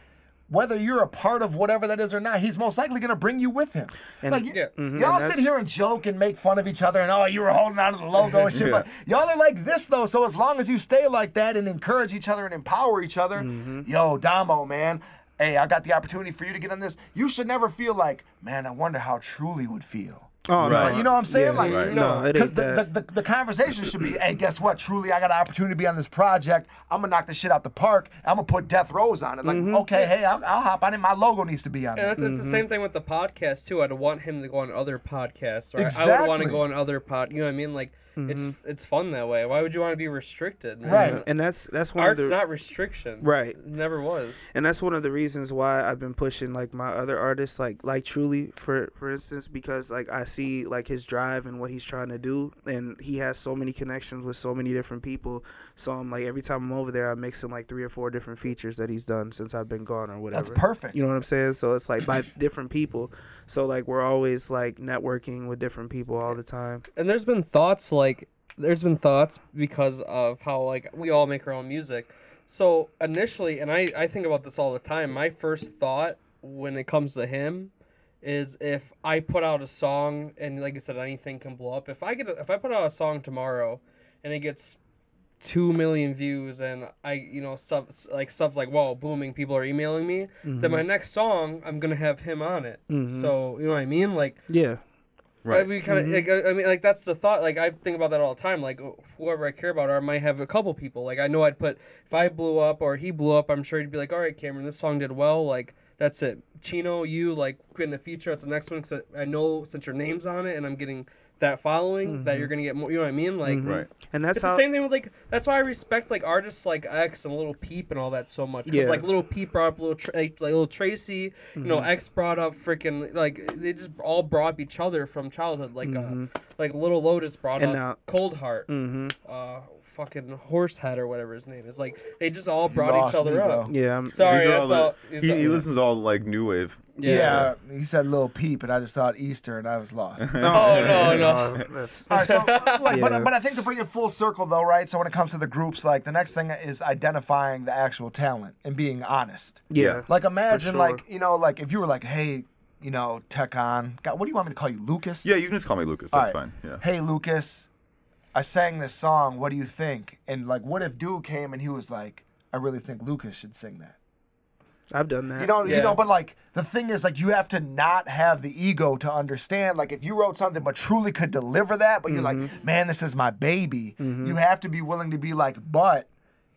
S3: whether you're a part of whatever that is or not, he's most likely going to bring you with him. like, y-
S4: Yeah. Mhm,
S3: Y'all
S2: and
S3: sit
S2: that's-
S3: here and joke and make fun of each other, and oh, you were holding on to the logo and shit. But y'all are like this, though. So as long as you stay like that and encourage each other and empower each other,
S2: Mm-hmm.
S3: yo, Damo, man. Hey, I got the opportunity for you to get on this. You should never feel like, man, I wonder how truly would feel.
S2: Oh
S1: Right.
S2: no.
S3: You know what I'm saying?
S2: Yeah.
S3: Like,
S1: Right.
S2: No, it
S3: because
S2: ain't
S3: the,
S2: that.
S3: the, the, the conversation should be, hey, guess what? Truly, I got an opportunity to be on this project. I'm gonna knock this shit out the park. I'm gonna put Death Rows on it. Like,
S2: Mm-hmm.
S3: okay, hey, I'll, I'll hop on it. My logo needs to be on
S4: And
S3: it.
S4: that's, it's the same thing with the podcast too. I'd want him to go on other podcasts, or I would want
S3: Exactly. Mm-hmm.
S4: to go on other pod. You know what I mean? Like it's it's fun that way. Why would you want to be restricted? man?
S3: Right.
S2: and that's that's one
S4: Art's
S2: of the
S4: not restriction.
S2: Right.
S4: It never was.
S2: and that's one of the reasons why I've been pushing like my other artists, like like Truly for for instance, because like I see like his drive and what he's trying to do, and he has so many connections with so many different people. So I'm like every time I'm over there, I'm mixing like three or four different features that he's done since I've been gone or whatever.
S3: That's perfect.
S2: You know what I'm saying? So it's like by different people. So like we're always like networking with different people all the time.
S4: And there's been thoughts like there's been thoughts because of how like we all make our own music. So initially, and I I think about this all the time. My first thought when it comes to him is if I put out a song and like I said, anything can blow up. If I get a, if I put out a song tomorrow and it gets two million views and I you know stuff like stuff like wow booming people are emailing me then my next song I'm gonna have him on it so you know what I mean like
S2: Yeah.
S1: Right.
S4: we kind of like I- I mean like that's the thought like I think about that all the time like whoever I care about or I might have a couple people like I know I'd put if I blew up or he blew up I'm sure he'd be like all right Cameron this song did well like that's it Chino you like in the future that's the next one because I know since your name's on it and I'm getting that following that you're gonna get more you know what I mean like
S1: right.
S2: And that's
S4: it's
S2: how
S4: the same thing with like that's why I respect like artists like X and Little Peep and all that so much because
S2: Yeah.
S4: like Little Peep brought up Little Tra- like Little Tracy, you
S2: Mm-hmm.
S4: know X brought up freaking like they just all brought up each other from childhood like uh, like Little Lotus brought
S2: Mm-hmm. And Mm-hmm.
S4: up
S2: now-
S4: Cold Heart, uh, fucking Horsehead or whatever his name is like they just all brought each
S3: lost me,
S4: other up.
S3: bro.
S2: yeah. I'm,
S4: Sorry,
S1: These are all
S4: that's
S1: the-
S4: all. it's
S1: he,
S4: all-
S1: he listens to all like new wave.
S3: Yeah. he said little peep, and I just thought Easter, and I was lost.
S4: Oh no no.
S2: that's
S3: All right, so, uh, like,
S2: Yeah.
S3: but, but I think to bring it full circle, though, right? So when it comes to the groups, like the next thing is identifying the actual talent and being honest.
S2: yeah.
S3: Like imagine,
S2: sure.
S3: like you know, like if you were like, hey, you know, Tekon, God, what do you want me to call you, Lucas?
S1: Yeah, you can just call me Lucas. That's
S3: All right.
S1: fine. Yeah.
S3: Hey Lucas, I sang this song. What do you think? And like, what if Dude came and he was like, I really think Lucas should sing that.
S2: I've done that.
S3: You know, you
S4: Yeah.
S3: know, but like the thing is, like you have to not have the ego to understand. Like if you wrote something, but truly could deliver that, but you're like, man, this is my baby. You have to be willing to be like, but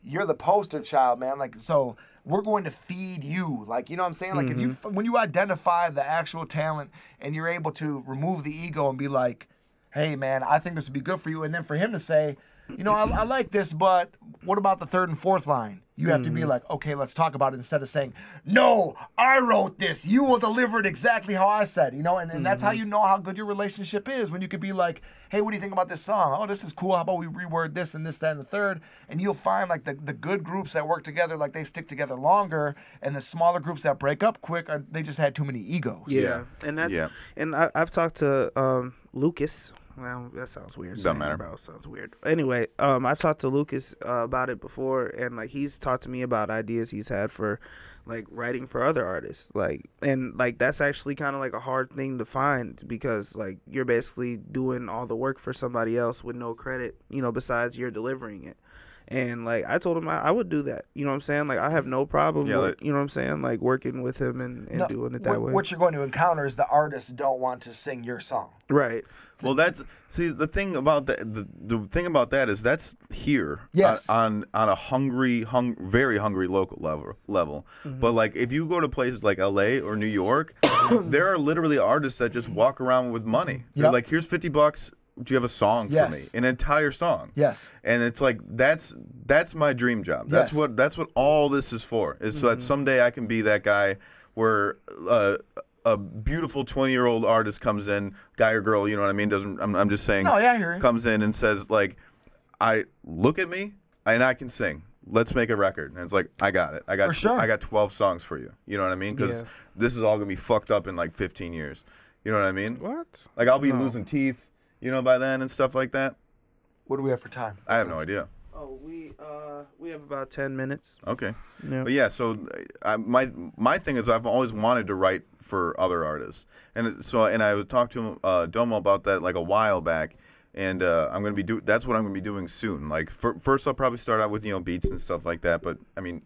S3: you're the poster child, man. Like so, we're going to feed you. Like you know what I'm saying? Like if you when you identify the actual talent and you're able to remove the ego and be like, hey, man, I think this would be good for you, and then for him to say. You know, I, I like this, but what about the third and fourth line? You have to be like, okay, let's talk about it instead of saying, no, I wrote this. You will deliver it exactly how I said, you know? And, and that's how you know how good your relationship is when you could be like, hey, what do you think about this song? Oh, this is cool. How about we reword this and this, that, and the third? And you'll find like the, the good groups that work together, like they stick together longer. And the smaller groups that break up quick, uh, are, they just had too many egos.
S2: Yeah, and that's
S1: Yeah.
S2: and I, I've talked to um, Lucas Well, that sounds weird.
S1: Doesn't
S2: saying,
S1: matter.
S2: Bro, sounds weird. Anyway, um, I've talked to Lucas uh, about it before, and like he's talked to me about ideas he's had for, like writing for other artists, like and like that's actually kind of like a hard thing to find because like you're basically doing all the work for somebody else with no credit, you know, besides you're delivering it. And like I told him, I, I would do that. You know what I'm saying? Like I have no problem.
S1: Yeah,
S2: with,
S1: like-
S2: you know what I'm saying? Like working with him and, and
S3: No,
S2: doing it
S3: wh-
S2: that way.
S3: What you're going to encounter is the artists don't want to sing your song.
S2: right.
S1: Well, that's see the thing about that. The, the thing about that is that's here uh,
S3: Yes.
S1: on, on on a hungry, hung, very hungry local level. Level,
S3: Mm-hmm.
S1: but like if you go to places like L.A. or New York, there are literally artists that just walk around with money. They're
S3: Yep.
S1: like, "Here's fifty bucks. Do you have a song
S3: Yes.
S1: for me? An entire song."
S3: Yes.
S1: And it's like that's that's my dream job. That's
S3: Yes. Mm-hmm.
S1: what that's what all this is for. Is so that someday I can be that guy where uh, a beautiful twenty year old artist comes in, guy or girl, you know what I mean? Doesn't I'm, I'm just saying.
S3: No, yeah, I hear you.
S1: Comes in and says like, I look at me and I can sing. Let's make a record. And it's like I got it. I got
S3: For sure.
S1: I got twelve songs for you. You know what I mean? Because
S2: Yeah.
S1: this is all gonna be fucked up in like fifteen years. You know what I mean?
S2: What?
S1: Like I'll be losing teeth, you know, by then and stuff like that.
S3: What do we have for time?
S1: I have no idea.
S2: Oh, we uh we have about ten minutes.
S1: Okay.
S2: Yeah.
S1: But yeah, so I, my my thing is I've always wanted to write for other artists, and it- so and I was talking to uh, Domo about that like a while back, and uh, I'm gonna be do that's what I'm gonna be doing soon. Like fir- first I'll probably start out with you know beats and stuff like that, but I mean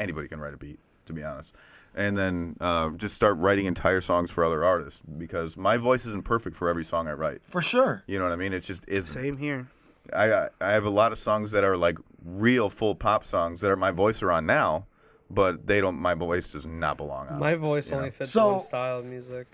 S1: anybody can write a beat to be honest, and then uh, just start writing entire songs for other artists because my voice isn't perfect for every song I write.
S3: For sure.
S1: You know what I mean? It's just isn't.
S2: Same here.
S1: I I- I have a lot of songs that are like real full pop songs that are my voice are on now, but they don't. My voice does not belong on.
S4: My
S1: it.
S4: voice only fits
S3: So-
S4: one style of music.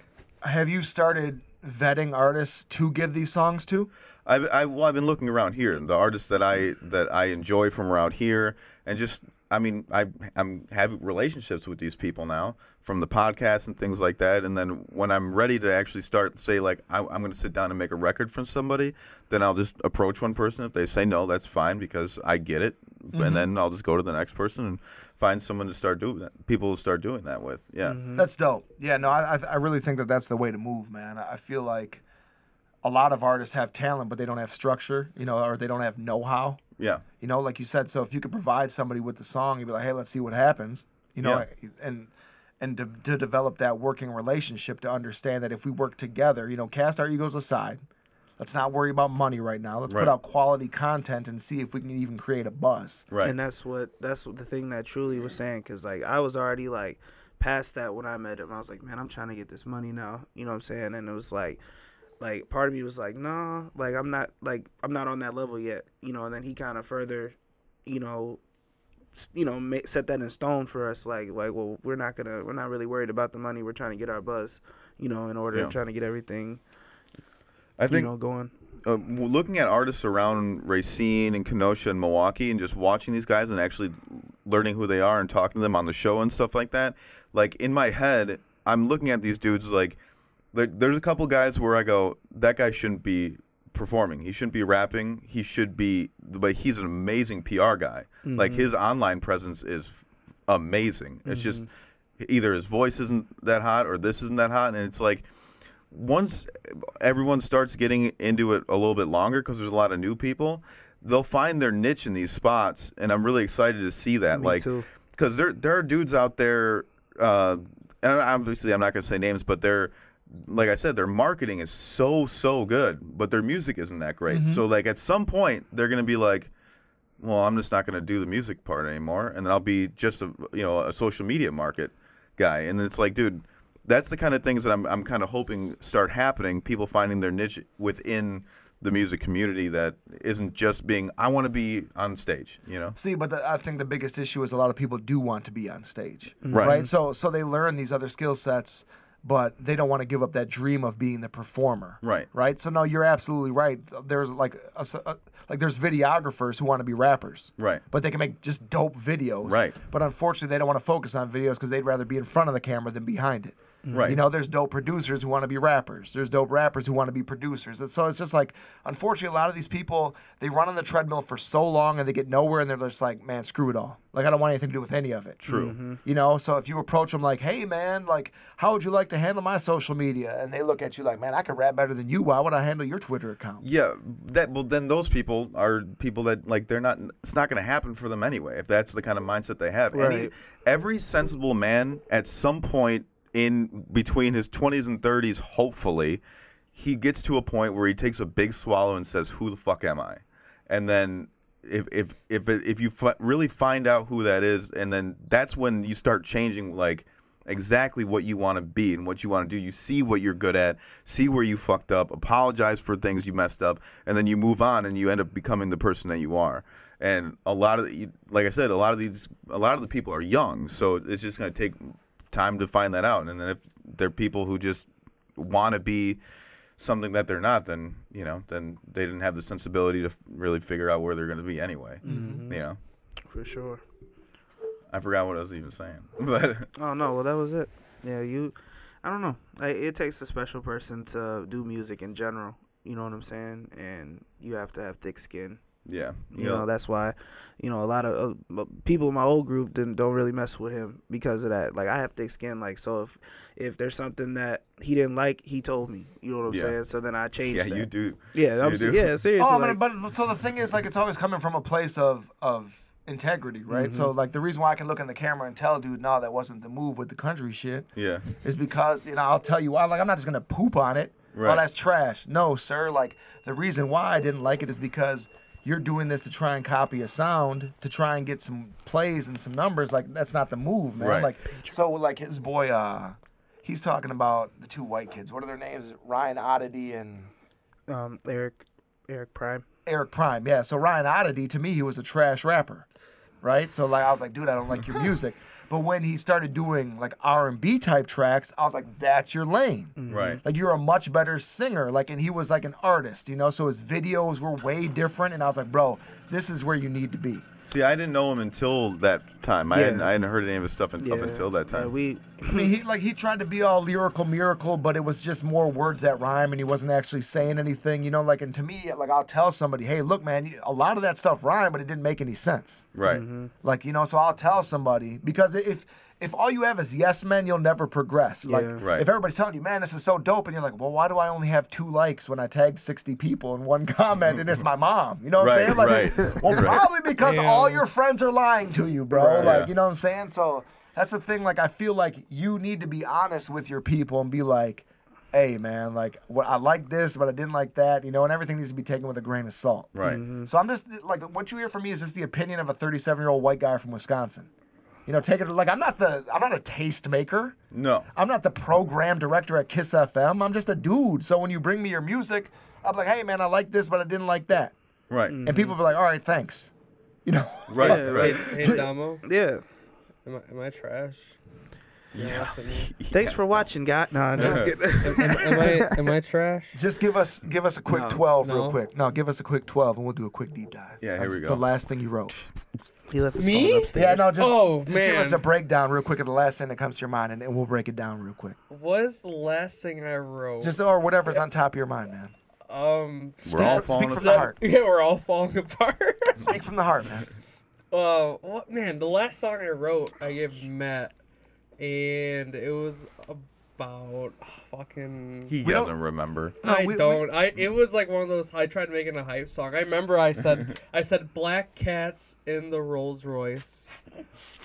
S3: Have you started vetting artists to give these songs to?
S1: I've I, well, I've been looking around here, the artists that I that I enjoy from around here, and just I mean I I'm having relationships with these people now from the podcast and things like that, and then when I'm ready to actually start say like I, I'm going to sit down and make a record from somebody, then I'll just approach one person. If they say no, that's fine because I get it,
S2: Mm-hmm.
S1: and then I'll just go to the next person and find someone to start doing that. People to start doing that with, yeah.
S2: Mm-hmm. Mm.
S3: That's dope. Yeah, no, I, I I really think that that's the way to move, man. I I feel like a lot of artists have talent, but they don't have structure, you know, or they don't have know-how.
S1: Yeah.
S3: You know, like you said, so if you could provide somebody with the song, you'd be like, hey, let's see what happens. You know, eh, and and to, to develop that working relationship to understand that if we work together, you know, cast our egos aside. Let's not worry about money right now. Let's
S1: Right.
S3: put out quality content and see if we can even create a buzz.
S1: Right.
S2: And that's what that's what the thing that truly was saying because like I was already like past that when I met him. I was like, man, I'm trying to get this money now. You know what I'm saying? And it was like, like part of me was like, no, like I'm not like I'm not on that level yet. You know. And then he kind of further, you know, s- you know, ma- set that in stone for us. Like, like well, we're not gonna we're not really worried about the money. We're trying to get our buzz. You know, in order
S1: Yeah.
S2: trying to get everything
S1: I think
S2: you know going.
S1: uh, w- looking at artists around Racine and Kenosha and Milwaukee and just watching these guys and actually learning who they are and talking to them on the show and stuff like that, like in my head, I'm looking at these dudes like there, there's a couple guys where I go, that guy shouldn't be performing. He shouldn't be rapping. He should be, but he's an amazing PR guy. Like his online presence is f- amazing. It's just either his voice isn't that hot or this isn't that hot. And it's like, once everyone starts getting into it a little bit longer because there's a lot of new people they'll find their niche in these spots and i'm really excited to see that
S2: Me
S1: like
S2: too.
S1: because there there are dudes out there uh and obviously i'm not going to say names but they're like i said their marketing is so so good but their music isn't that great
S2: Mm-hmm.
S1: so like at some point they're going to be like well, I'm just not going to do the music part anymore, and then I'll be just a you know a social media market guy. And it's like, dude, that's the kind of things that I'm I'm kind of hoping start happening. People finding their niche within the music community that isn't just being I want to be on stage, you know?
S3: See, but the, I think the biggest issue is a lot of people do want to be on stage,
S1: Right.
S3: So, so they learn these other skill sets, but they don't want to give up that dream of being the performer,
S1: Right.
S3: Right. So, no, you're absolutely right. There's like, a s a like there's videographers who want to be rappers,
S1: Right.
S3: But they can make just dope videos,
S1: Right.
S3: But unfortunately, they don't want to focus on videos because they'd rather be in front of the camera than behind it.
S1: Right.
S3: You know, there's dope producers who want to be rappers. There's dope rappers who want to be producers. And so it's just like, unfortunately, a lot of these people, they run on the treadmill for so long and they get nowhere and they're just like, man, screw it all. Like, I don't want anything to do with any of it.
S1: True.
S3: You know, so if you approach them like, hey, man, like, how would you like to handle my social media? And they look at you like, man, I can rap better than you. Why would I handle your Twitter account?
S1: Yeah, that well then those people are people that like they're not it's not going to happen for them anyway if that's the kind of mindset they have. Any,
S3: Right.
S1: every sensible man at some point in between his 20s and 30s hopefully he gets to a point where he takes a big swallow and says who the fuck am I? And then if if if it, if you f- really find out who that is and then that's when you start changing like exactly what you want to be and what you want to do. You see what you're good at, see where you fucked up, apologize for things you messed up, and then you move on and you end up becoming the person that you are. And a lot of, the- like I said, a lot of these, a lot of the people are young, so it's just going to take time to find that out. And then if they're people who just want to be something that they're not, then you know, then they didn't have the sensibility to f- really figure out where they're going to be anyway. You know,
S2: for sure.
S1: I forgot what I was even saying, but
S2: Oh no, well that was it. Yeah, you. I don't know. Like, it takes a special person to do music in general. You know what I'm saying? And you have to have thick skin.
S1: yeah,
S2: You know that's why, you know, a lot of uh, m- people in my old group didn't don't really mess with him because of that. Like I have thick skin, like so if if there's something that he didn't like, he told me. You know what I'm
S1: Yeah.
S2: saying? So then I changed.
S1: yeah,
S2: that.
S1: you do.
S2: Yeah, I'm,
S1: You
S2: se-
S1: do.
S2: yeah, seriously.
S3: Oh,
S2: like,
S3: but, but so the thing is, like, it's always coming from a place of of integrity, right? So like the reason why I can look in the camera and tell, dude, no, that wasn't the move with the country shit,
S1: Yeah.
S3: is because you know I'll tell you why. Like, I'm not just gonna poop on it.
S1: Right.
S3: Oh, that's trash. No, sir. Like the reason why I didn't like it is because. You're doing this to try and copy a sound to try and get some plays and some numbers. Like that's not the move, man.
S1: Right.
S3: Like so, like his boy, uh, he's talking about the two white kids. What are their names? Ryan Oddity and
S2: um, Eric, Eric Prime.
S3: Eric Prime. Yeah. So Ryan Oddity, to me, he was a trash rapper, right? So like, I was like, dude, I don't like your music. But when he started doing like R and B type tracks, I was like, that's your lane.
S4: Mm-hmm.
S1: Right.
S3: Like you're a much better singer. Like, and he was like an artist, you know. So his videos were way different, and I was like, bro, this is where you need to be.
S1: See, I didn't know him until that time. I,
S2: Yeah.
S1: hadn't, I hadn't heard any of his stuff un-
S2: Yeah,
S1: up until that
S2: yeah,
S1: time.
S2: we
S3: I mean, he like he tried to be all lyrical miracle, but it was just more words that rhyme, and he wasn't actually saying anything, you know. Like, and to me, like I'll tell somebody, hey, look, man, you, a lot of that stuff rhymed, but it didn't make any sense.
S1: right.
S4: Mm-hmm.
S3: Like you know, so I'll tell somebody because if if all you have is yes men, you'll never progress. Like
S2: Yeah.
S1: Right.
S3: if everybody's telling you, man, this is so dope, and you're like, well, why do I only have two likes when I tagged 60 people and one comment, and it's my mom? You know what
S1: Right,
S3: I'm saying? Like,
S1: right,
S3: well,
S1: right.
S3: probably because
S4: Yeah.
S3: all your friends are lying to you, bro.
S1: Right.
S3: Like
S1: Yeah.
S3: you know what I'm saying? So that's the thing. Like I feel like you need to be honest with your people and be like. Hey man, like what I like this, but I didn't like that, you know, and everything needs to be taken with a grain of salt.
S1: Right.
S4: Mm-hmm.
S3: Mm-hmm. So I'm just like what you hear from me is just the opinion of a 37 year old white guy from Wisconsin. You know, take it like I'm not the I'm not a taste maker.
S1: No.
S3: I'm not the program director at Kiss FM. I'm just a dude. So when you bring me your music, I'm like, hey man, I like this, but I didn't like that.
S1: Right.
S4: Mm-hmm.
S3: And people be like, all right, thanks. You know,
S1: Mm-hmm. Right.
S2: Yeah,
S4: Hey,
S1: right.
S4: hey Damo,
S2: yeah.
S4: am I, am I trash? Yeah.
S2: Thanks for watching, guy. Nah, no, just kidding.
S4: am, am I am I trash?
S3: just give us give us a quick
S2: No.
S3: 12 real
S4: No.
S3: quick. No, give us a quick 12, and we'll do a quick deep dive.
S1: Yeah, here we go.
S3: The last thing you wrote.
S2: he left his
S4: Me?
S2: phone upstairs.
S3: Yeah, no, just,
S4: Oh,
S3: just give us
S4: man.
S3: a breakdown real quick of the last thing that comes to your mind, and, and we'll break it down real quick.
S1: Oh.
S4: What is the last thing I wrote?
S3: Just or whatever's on top of your mind, man.
S4: um.
S1: We're all
S4: step-
S1: falling
S4: step-
S3: apart.
S4: Yeah, we're all falling apart.
S3: Speak from the heart, man.
S4: uh, what man? The last song I wrote, I gave Matt, and it was about fucking.
S1: He
S3: We don't-
S1: doesn't remember.
S3: No,
S4: I
S3: we- we-
S4: don't. I it was like one of those. I tried making a hype song. I remember I said I said black cats in the Rolls Royce,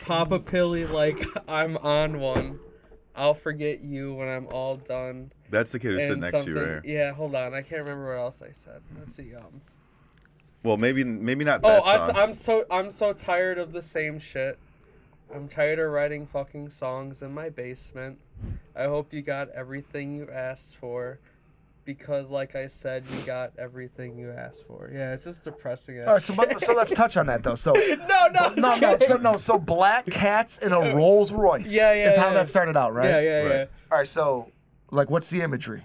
S4: Papa Pilly like I'm on one. I'll forget you when I'm all done.
S1: That's the kid who's sitting
S4: And
S1: next
S4: something.
S1: to you right here.
S4: Yeah, hold on. I can't remember what else I said. Let's see. Um.
S1: Well, maybe maybe not
S4: Oh,
S1: that
S4: I,
S1: song.
S4: am so I'm so tired of the same shit. I'm tired of writing fucking songs in my basement. I hope you got everything you asked for, because like I said, you got everything you asked for. Yeah, it's just depressing. As
S3: All right, so,
S4: shit.
S3: but- so let's touch on that though. So
S4: no, no,
S3: no, no, so no, so black cats in a Rolls Royce.
S4: Yeah, yeah,
S3: Is how
S4: yeah.
S3: that started out, right?
S4: Yeah, yeah, yeah.
S1: Right.
S3: All right, so like, what's the imagery?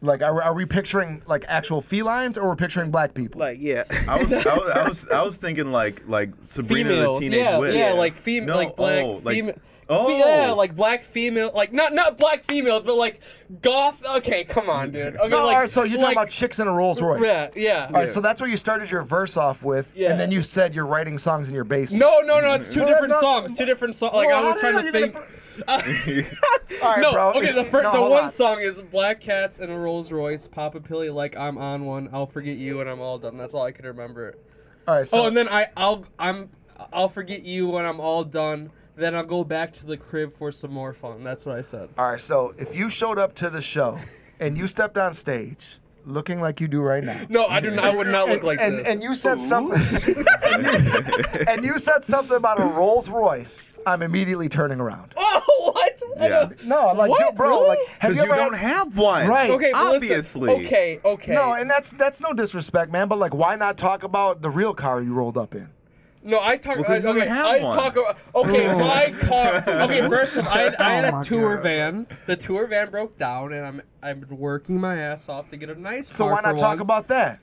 S3: Like, are, are we picturing like actual felines, or we're picturing black people?
S2: like yeah.
S1: I was, I was I was I was thinking like like Sabrina
S4: Females.
S1: the Teenage
S4: yeah,
S1: Witch.
S4: yeah, like fem-
S1: No,
S4: like black
S1: oh, like-
S4: female.
S1: Oh.
S4: yeah, like black female, like not not black females, but like goth. Okay, come on, dude. Okay,
S3: No,
S4: like,
S3: all right, so you're
S4: like-
S3: talking about chicks in a Rolls Royce.
S4: yeah, yeah.
S3: All right, so that's what you started your verse off with,
S4: Yeah.
S3: and then you said you're writing songs in your basement.
S4: No, no, no. It's two
S3: Well,
S4: different
S3: no-
S4: songs. Two different songs. Like I
S3: Well,
S4: was
S3: how the
S4: trying to
S3: hell you
S4: think.
S3: gonna
S1: yeah.
S3: All right,
S4: no,
S3: bro.
S4: okay. The fir-
S3: No,
S4: the
S3: hold
S4: one
S3: on.
S4: song is Black Cats and a Rolls Royce, Papa Pilly, like I'm on one. I'll forget you, and I'm all done. That's all I could remember.
S3: All right, so
S4: oh, and then I, I'll, I'm, I'll forget you when I'm all done. Then I'll go back to the crib for some more fun. That's what I said.
S3: all right, so if you showed up to the show and you stepped on stage looking like you do right now,
S4: No, I do not. I would not look like
S3: and
S4: this.
S3: and you said something, and you said something about a Rolls Royce, I'm immediately turning around.
S4: Oh, what? I don't-
S3: No, like,
S4: What?
S3: dude, bro, like,
S4: Really?
S3: have
S1: Because
S3: you
S1: you
S3: ever
S1: don't
S3: had-
S1: have one.
S3: Right.
S4: Okay, but listen,
S1: Obviously.
S4: okay, okay.
S3: No, and that's that's no disrespect, man. But like, why not talk about the real car you rolled up in?
S4: No, I talk.
S1: Well,
S4: I,
S1: 'cause you
S4: okay,
S1: don't have
S4: I
S1: one. Oh.
S4: talk. about- Okay, my car. Okay, first of all, I, I had
S2: Oh my
S4: a tour
S2: God.
S4: van. The tour van broke down, and I'm I've been working my ass off to get a nice car.
S3: So why not
S4: for
S3: talk
S4: once.
S3: about that?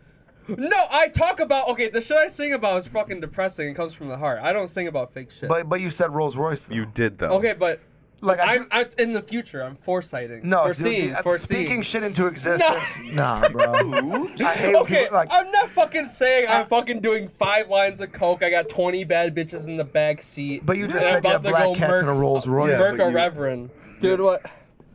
S4: No, I talk about. Okay, the shit I sing about is fucking depressing. It comes from the heart. I don't sing about fake shit.
S3: But but you said Rolls Royce. Though.
S1: You did though.
S4: okay, but
S3: like I,
S4: I'm,
S3: do-
S4: I'm in the future. I'm foresighting.
S3: no dude,
S4: foreseeing.
S3: uh,
S4: foreseeing.
S3: speaking shit into existence. Nah, bro.
S5: Oops.
S3: I hate when
S4: Okay,
S3: people, like Uh,
S4: I'm not fucking saying I'm fucking doing five lines of coke. I got 20 bad bitches in the back seat.
S3: But you
S4: and
S3: just
S4: I'm
S3: said you
S4: about
S3: had
S4: to
S3: black
S4: go
S3: cats and a
S4: Mercs-
S3: Rolls Royce.
S1: Yeah,
S4: Merc
S1: but
S4: a
S1: you-
S4: Reverend. Dude, what?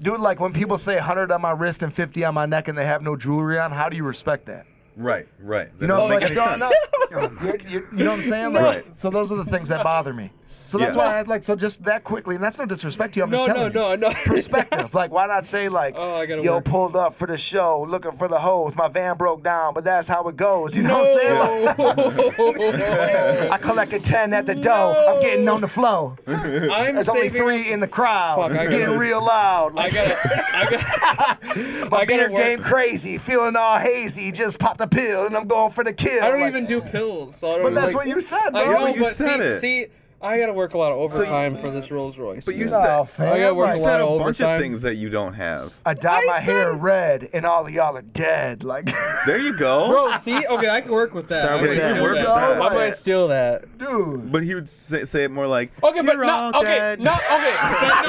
S3: dude. Like when people say 100 on my wrist and 50 on my neck and they have no jewelry on, how do you respect that?
S1: Right. Right. That
S3: You know,
S1: doesn't
S3: like,
S1: make any
S3: no,
S1: sense. Oh
S3: no. You're- you're- you know what I'm saying? Like,
S1: Right.
S3: So those are the things that bother me. So that's
S1: Yeah.
S3: why I like so just that quickly, and that's no disrespect to you. I'm
S4: No,
S3: just
S4: no,
S3: telling you.
S4: no, no.
S3: perspective. like, why not say like,
S4: Oh, I gotta
S3: yo,
S4: work.
S3: pulled up for the show, looking for the hose. My van broke down, but that's how it goes. You know what I'm saying? Like,
S4: No.
S3: I collected ten at the dough. I'm getting on the flow.
S4: I'm
S3: There's only
S4: saving.
S3: three in the crowd.
S4: Fuck, I
S3: getting
S4: gotta-
S3: real loud.
S4: I
S3: Like,
S4: gotta. I gotta. I
S3: my
S4: gotta
S3: bitter
S4: work.
S3: game crazy, feeling all hazy. Just popped a pill and I'm going for the kill.
S4: I don't
S3: Like,
S4: even do pills, so I don't.
S3: But that's
S4: like-
S3: what you said, bro.
S4: I know,
S1: you
S4: but
S1: said
S4: see,
S1: it.
S4: see, I gotta work a lot of overtime for this Rolls Royce.
S1: But you
S4: man.
S1: said
S3: fam.
S4: Oh, I gotta work
S3: like-
S4: a
S1: you
S4: lot
S1: said a
S4: of
S1: bunch
S4: overtime.
S1: of things that you don't have.
S3: I dye
S4: I
S3: my hair
S4: said-
S3: red and all of y'all are dead. Like,
S1: There you go.
S4: Bro, see, okay, I can work with that.
S1: Start
S4: I
S1: with
S4: might
S1: that.
S4: steal
S1: Work
S4: that.
S1: style.
S4: I might steal that.
S3: dude.
S1: But he would say, say it more like.
S4: Okay, but
S1: "You're
S4: no,
S1: all
S4: okay,
S1: dead."
S4: no, okay, but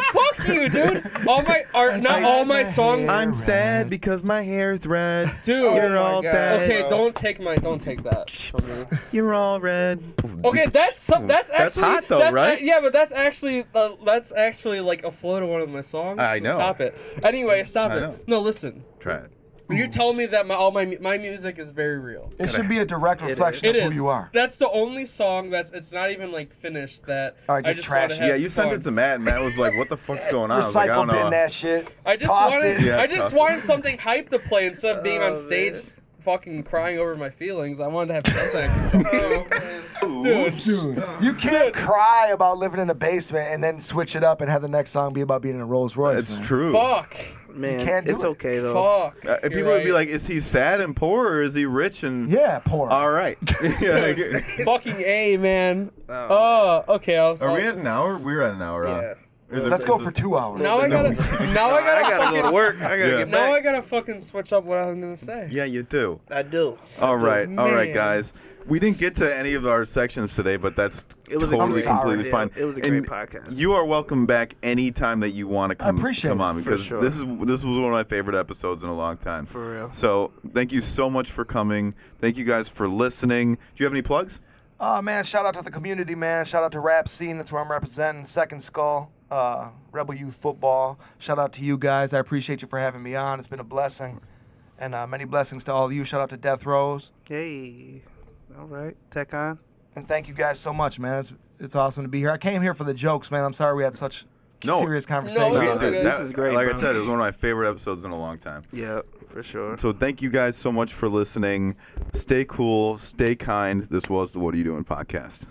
S4: Fuck you, dude. All my, are not all my songs,
S3: I-
S1: I'm sad because my hair's red.
S4: dude.
S1: You're all
S3: Oh God.
S1: dead.
S4: Okay, don't take my, don't take that from me.
S1: You're all red.
S4: Okay, that's some, that's
S1: That's
S4: actually
S1: hot though,
S4: that's a-
S1: right?
S4: yeah, but that's actually uh, that's actually like a flow to one of my songs.
S1: I
S4: so
S1: know.
S4: Stop it. Anyway, stop
S1: I
S4: it.
S1: know.
S4: No, listen.
S1: Try it.
S4: You tell me that my all my mu- my music is very real.
S3: It should be a direct reflection
S4: It
S3: of
S4: is.
S3: who you are.
S4: That's the only song that's it's not even like finished that
S3: All right,
S4: I
S3: just
S4: just
S3: trash
S4: want to
S3: it.
S4: have
S1: Yeah, you sent
S4: fun.
S1: it to Matt, and Matt was like, "What the fuck's going on?" I was like, "I
S3: Recycle
S1: don't
S3: bin
S1: know."
S3: that shit.
S4: I just
S3: Toss
S4: wanted
S3: it.
S1: Yeah,
S4: I just
S1: toss it.
S4: wanted something hype to play instead of being
S2: Oh,
S4: on stage fucking crying over my feelings. I wanted to have something I could control. Dude,
S3: Dude, you can't cry about living in a basement and then switch it up and have the next song be about being in a Rolls Royce.
S1: It's
S3: man.
S1: true.
S4: fuck.
S2: Man,
S3: can't do
S2: it's
S3: it.
S2: okay though.
S4: Fuck.
S1: Uh, and
S4: You're
S1: people would be
S4: right.
S1: like, "Is he sad and poor, or is he rich and
S3: Yeah, poor.
S1: all right?" yeah, like-
S4: fucking A, man.
S2: Oh,
S4: Oh, okay. I was,
S1: Are we
S4: oh.
S1: at an hour? We're at an hour. huh?
S2: Yeah.
S1: Is it-
S3: Let's go
S1: is
S3: for
S1: it-
S3: two hours.
S4: Now I
S1: No.
S4: gotta, now
S3: Oh
S4: I gotta,
S2: I gotta go
S4: fucking,
S2: to work. I gotta
S1: Yeah.
S2: get
S4: now I
S2: back.
S4: gotta fucking switch up what I'm gonna say.
S1: Yeah, you do.
S2: I do.
S3: Oh,
S1: All Oh, right, all right,
S4: man.
S1: guys. We didn't get to any of our sections today, but that's
S2: It was a
S1: totally
S2: great-
S1: completely
S2: Yeah,
S1: fine.
S2: it was a great podcast.
S1: You are welcome back anytime that you want to come.
S3: appreciate
S1: come
S3: it.
S1: on
S2: For
S1: because
S2: sure.
S1: this is this was one of my favorite episodes in a long time.
S2: For real.
S1: So thank you so much for coming. Thank you guys for listening. Do you have any plugs?
S3: Oh man, shout out to the community, man. Shout out to Rap Scene, that's where I'm representing. Second Skull, uh, Rebel Youth Football. Shout out to you guys. I appreciate you for having me on. It's been a blessing. And uh, many blessings to all of you. Shout out to Death Rose.
S2: Hey, all right, tech on.
S3: And thank you guys so much, man. It's, it's awesome to be here. I came here for the jokes, man. I'm sorry we had such
S1: No.
S3: serious
S4: No,
S3: conversation.
S4: we-
S1: Okay,
S4: this
S2: is great,
S1: Like I
S2: bro.
S1: said, it was one of my favorite episodes in a long time.
S2: Yeah, for sure.
S1: So thank you guys so much for listening. Stay cool, stay kind. This was the What Are You Doing podcast.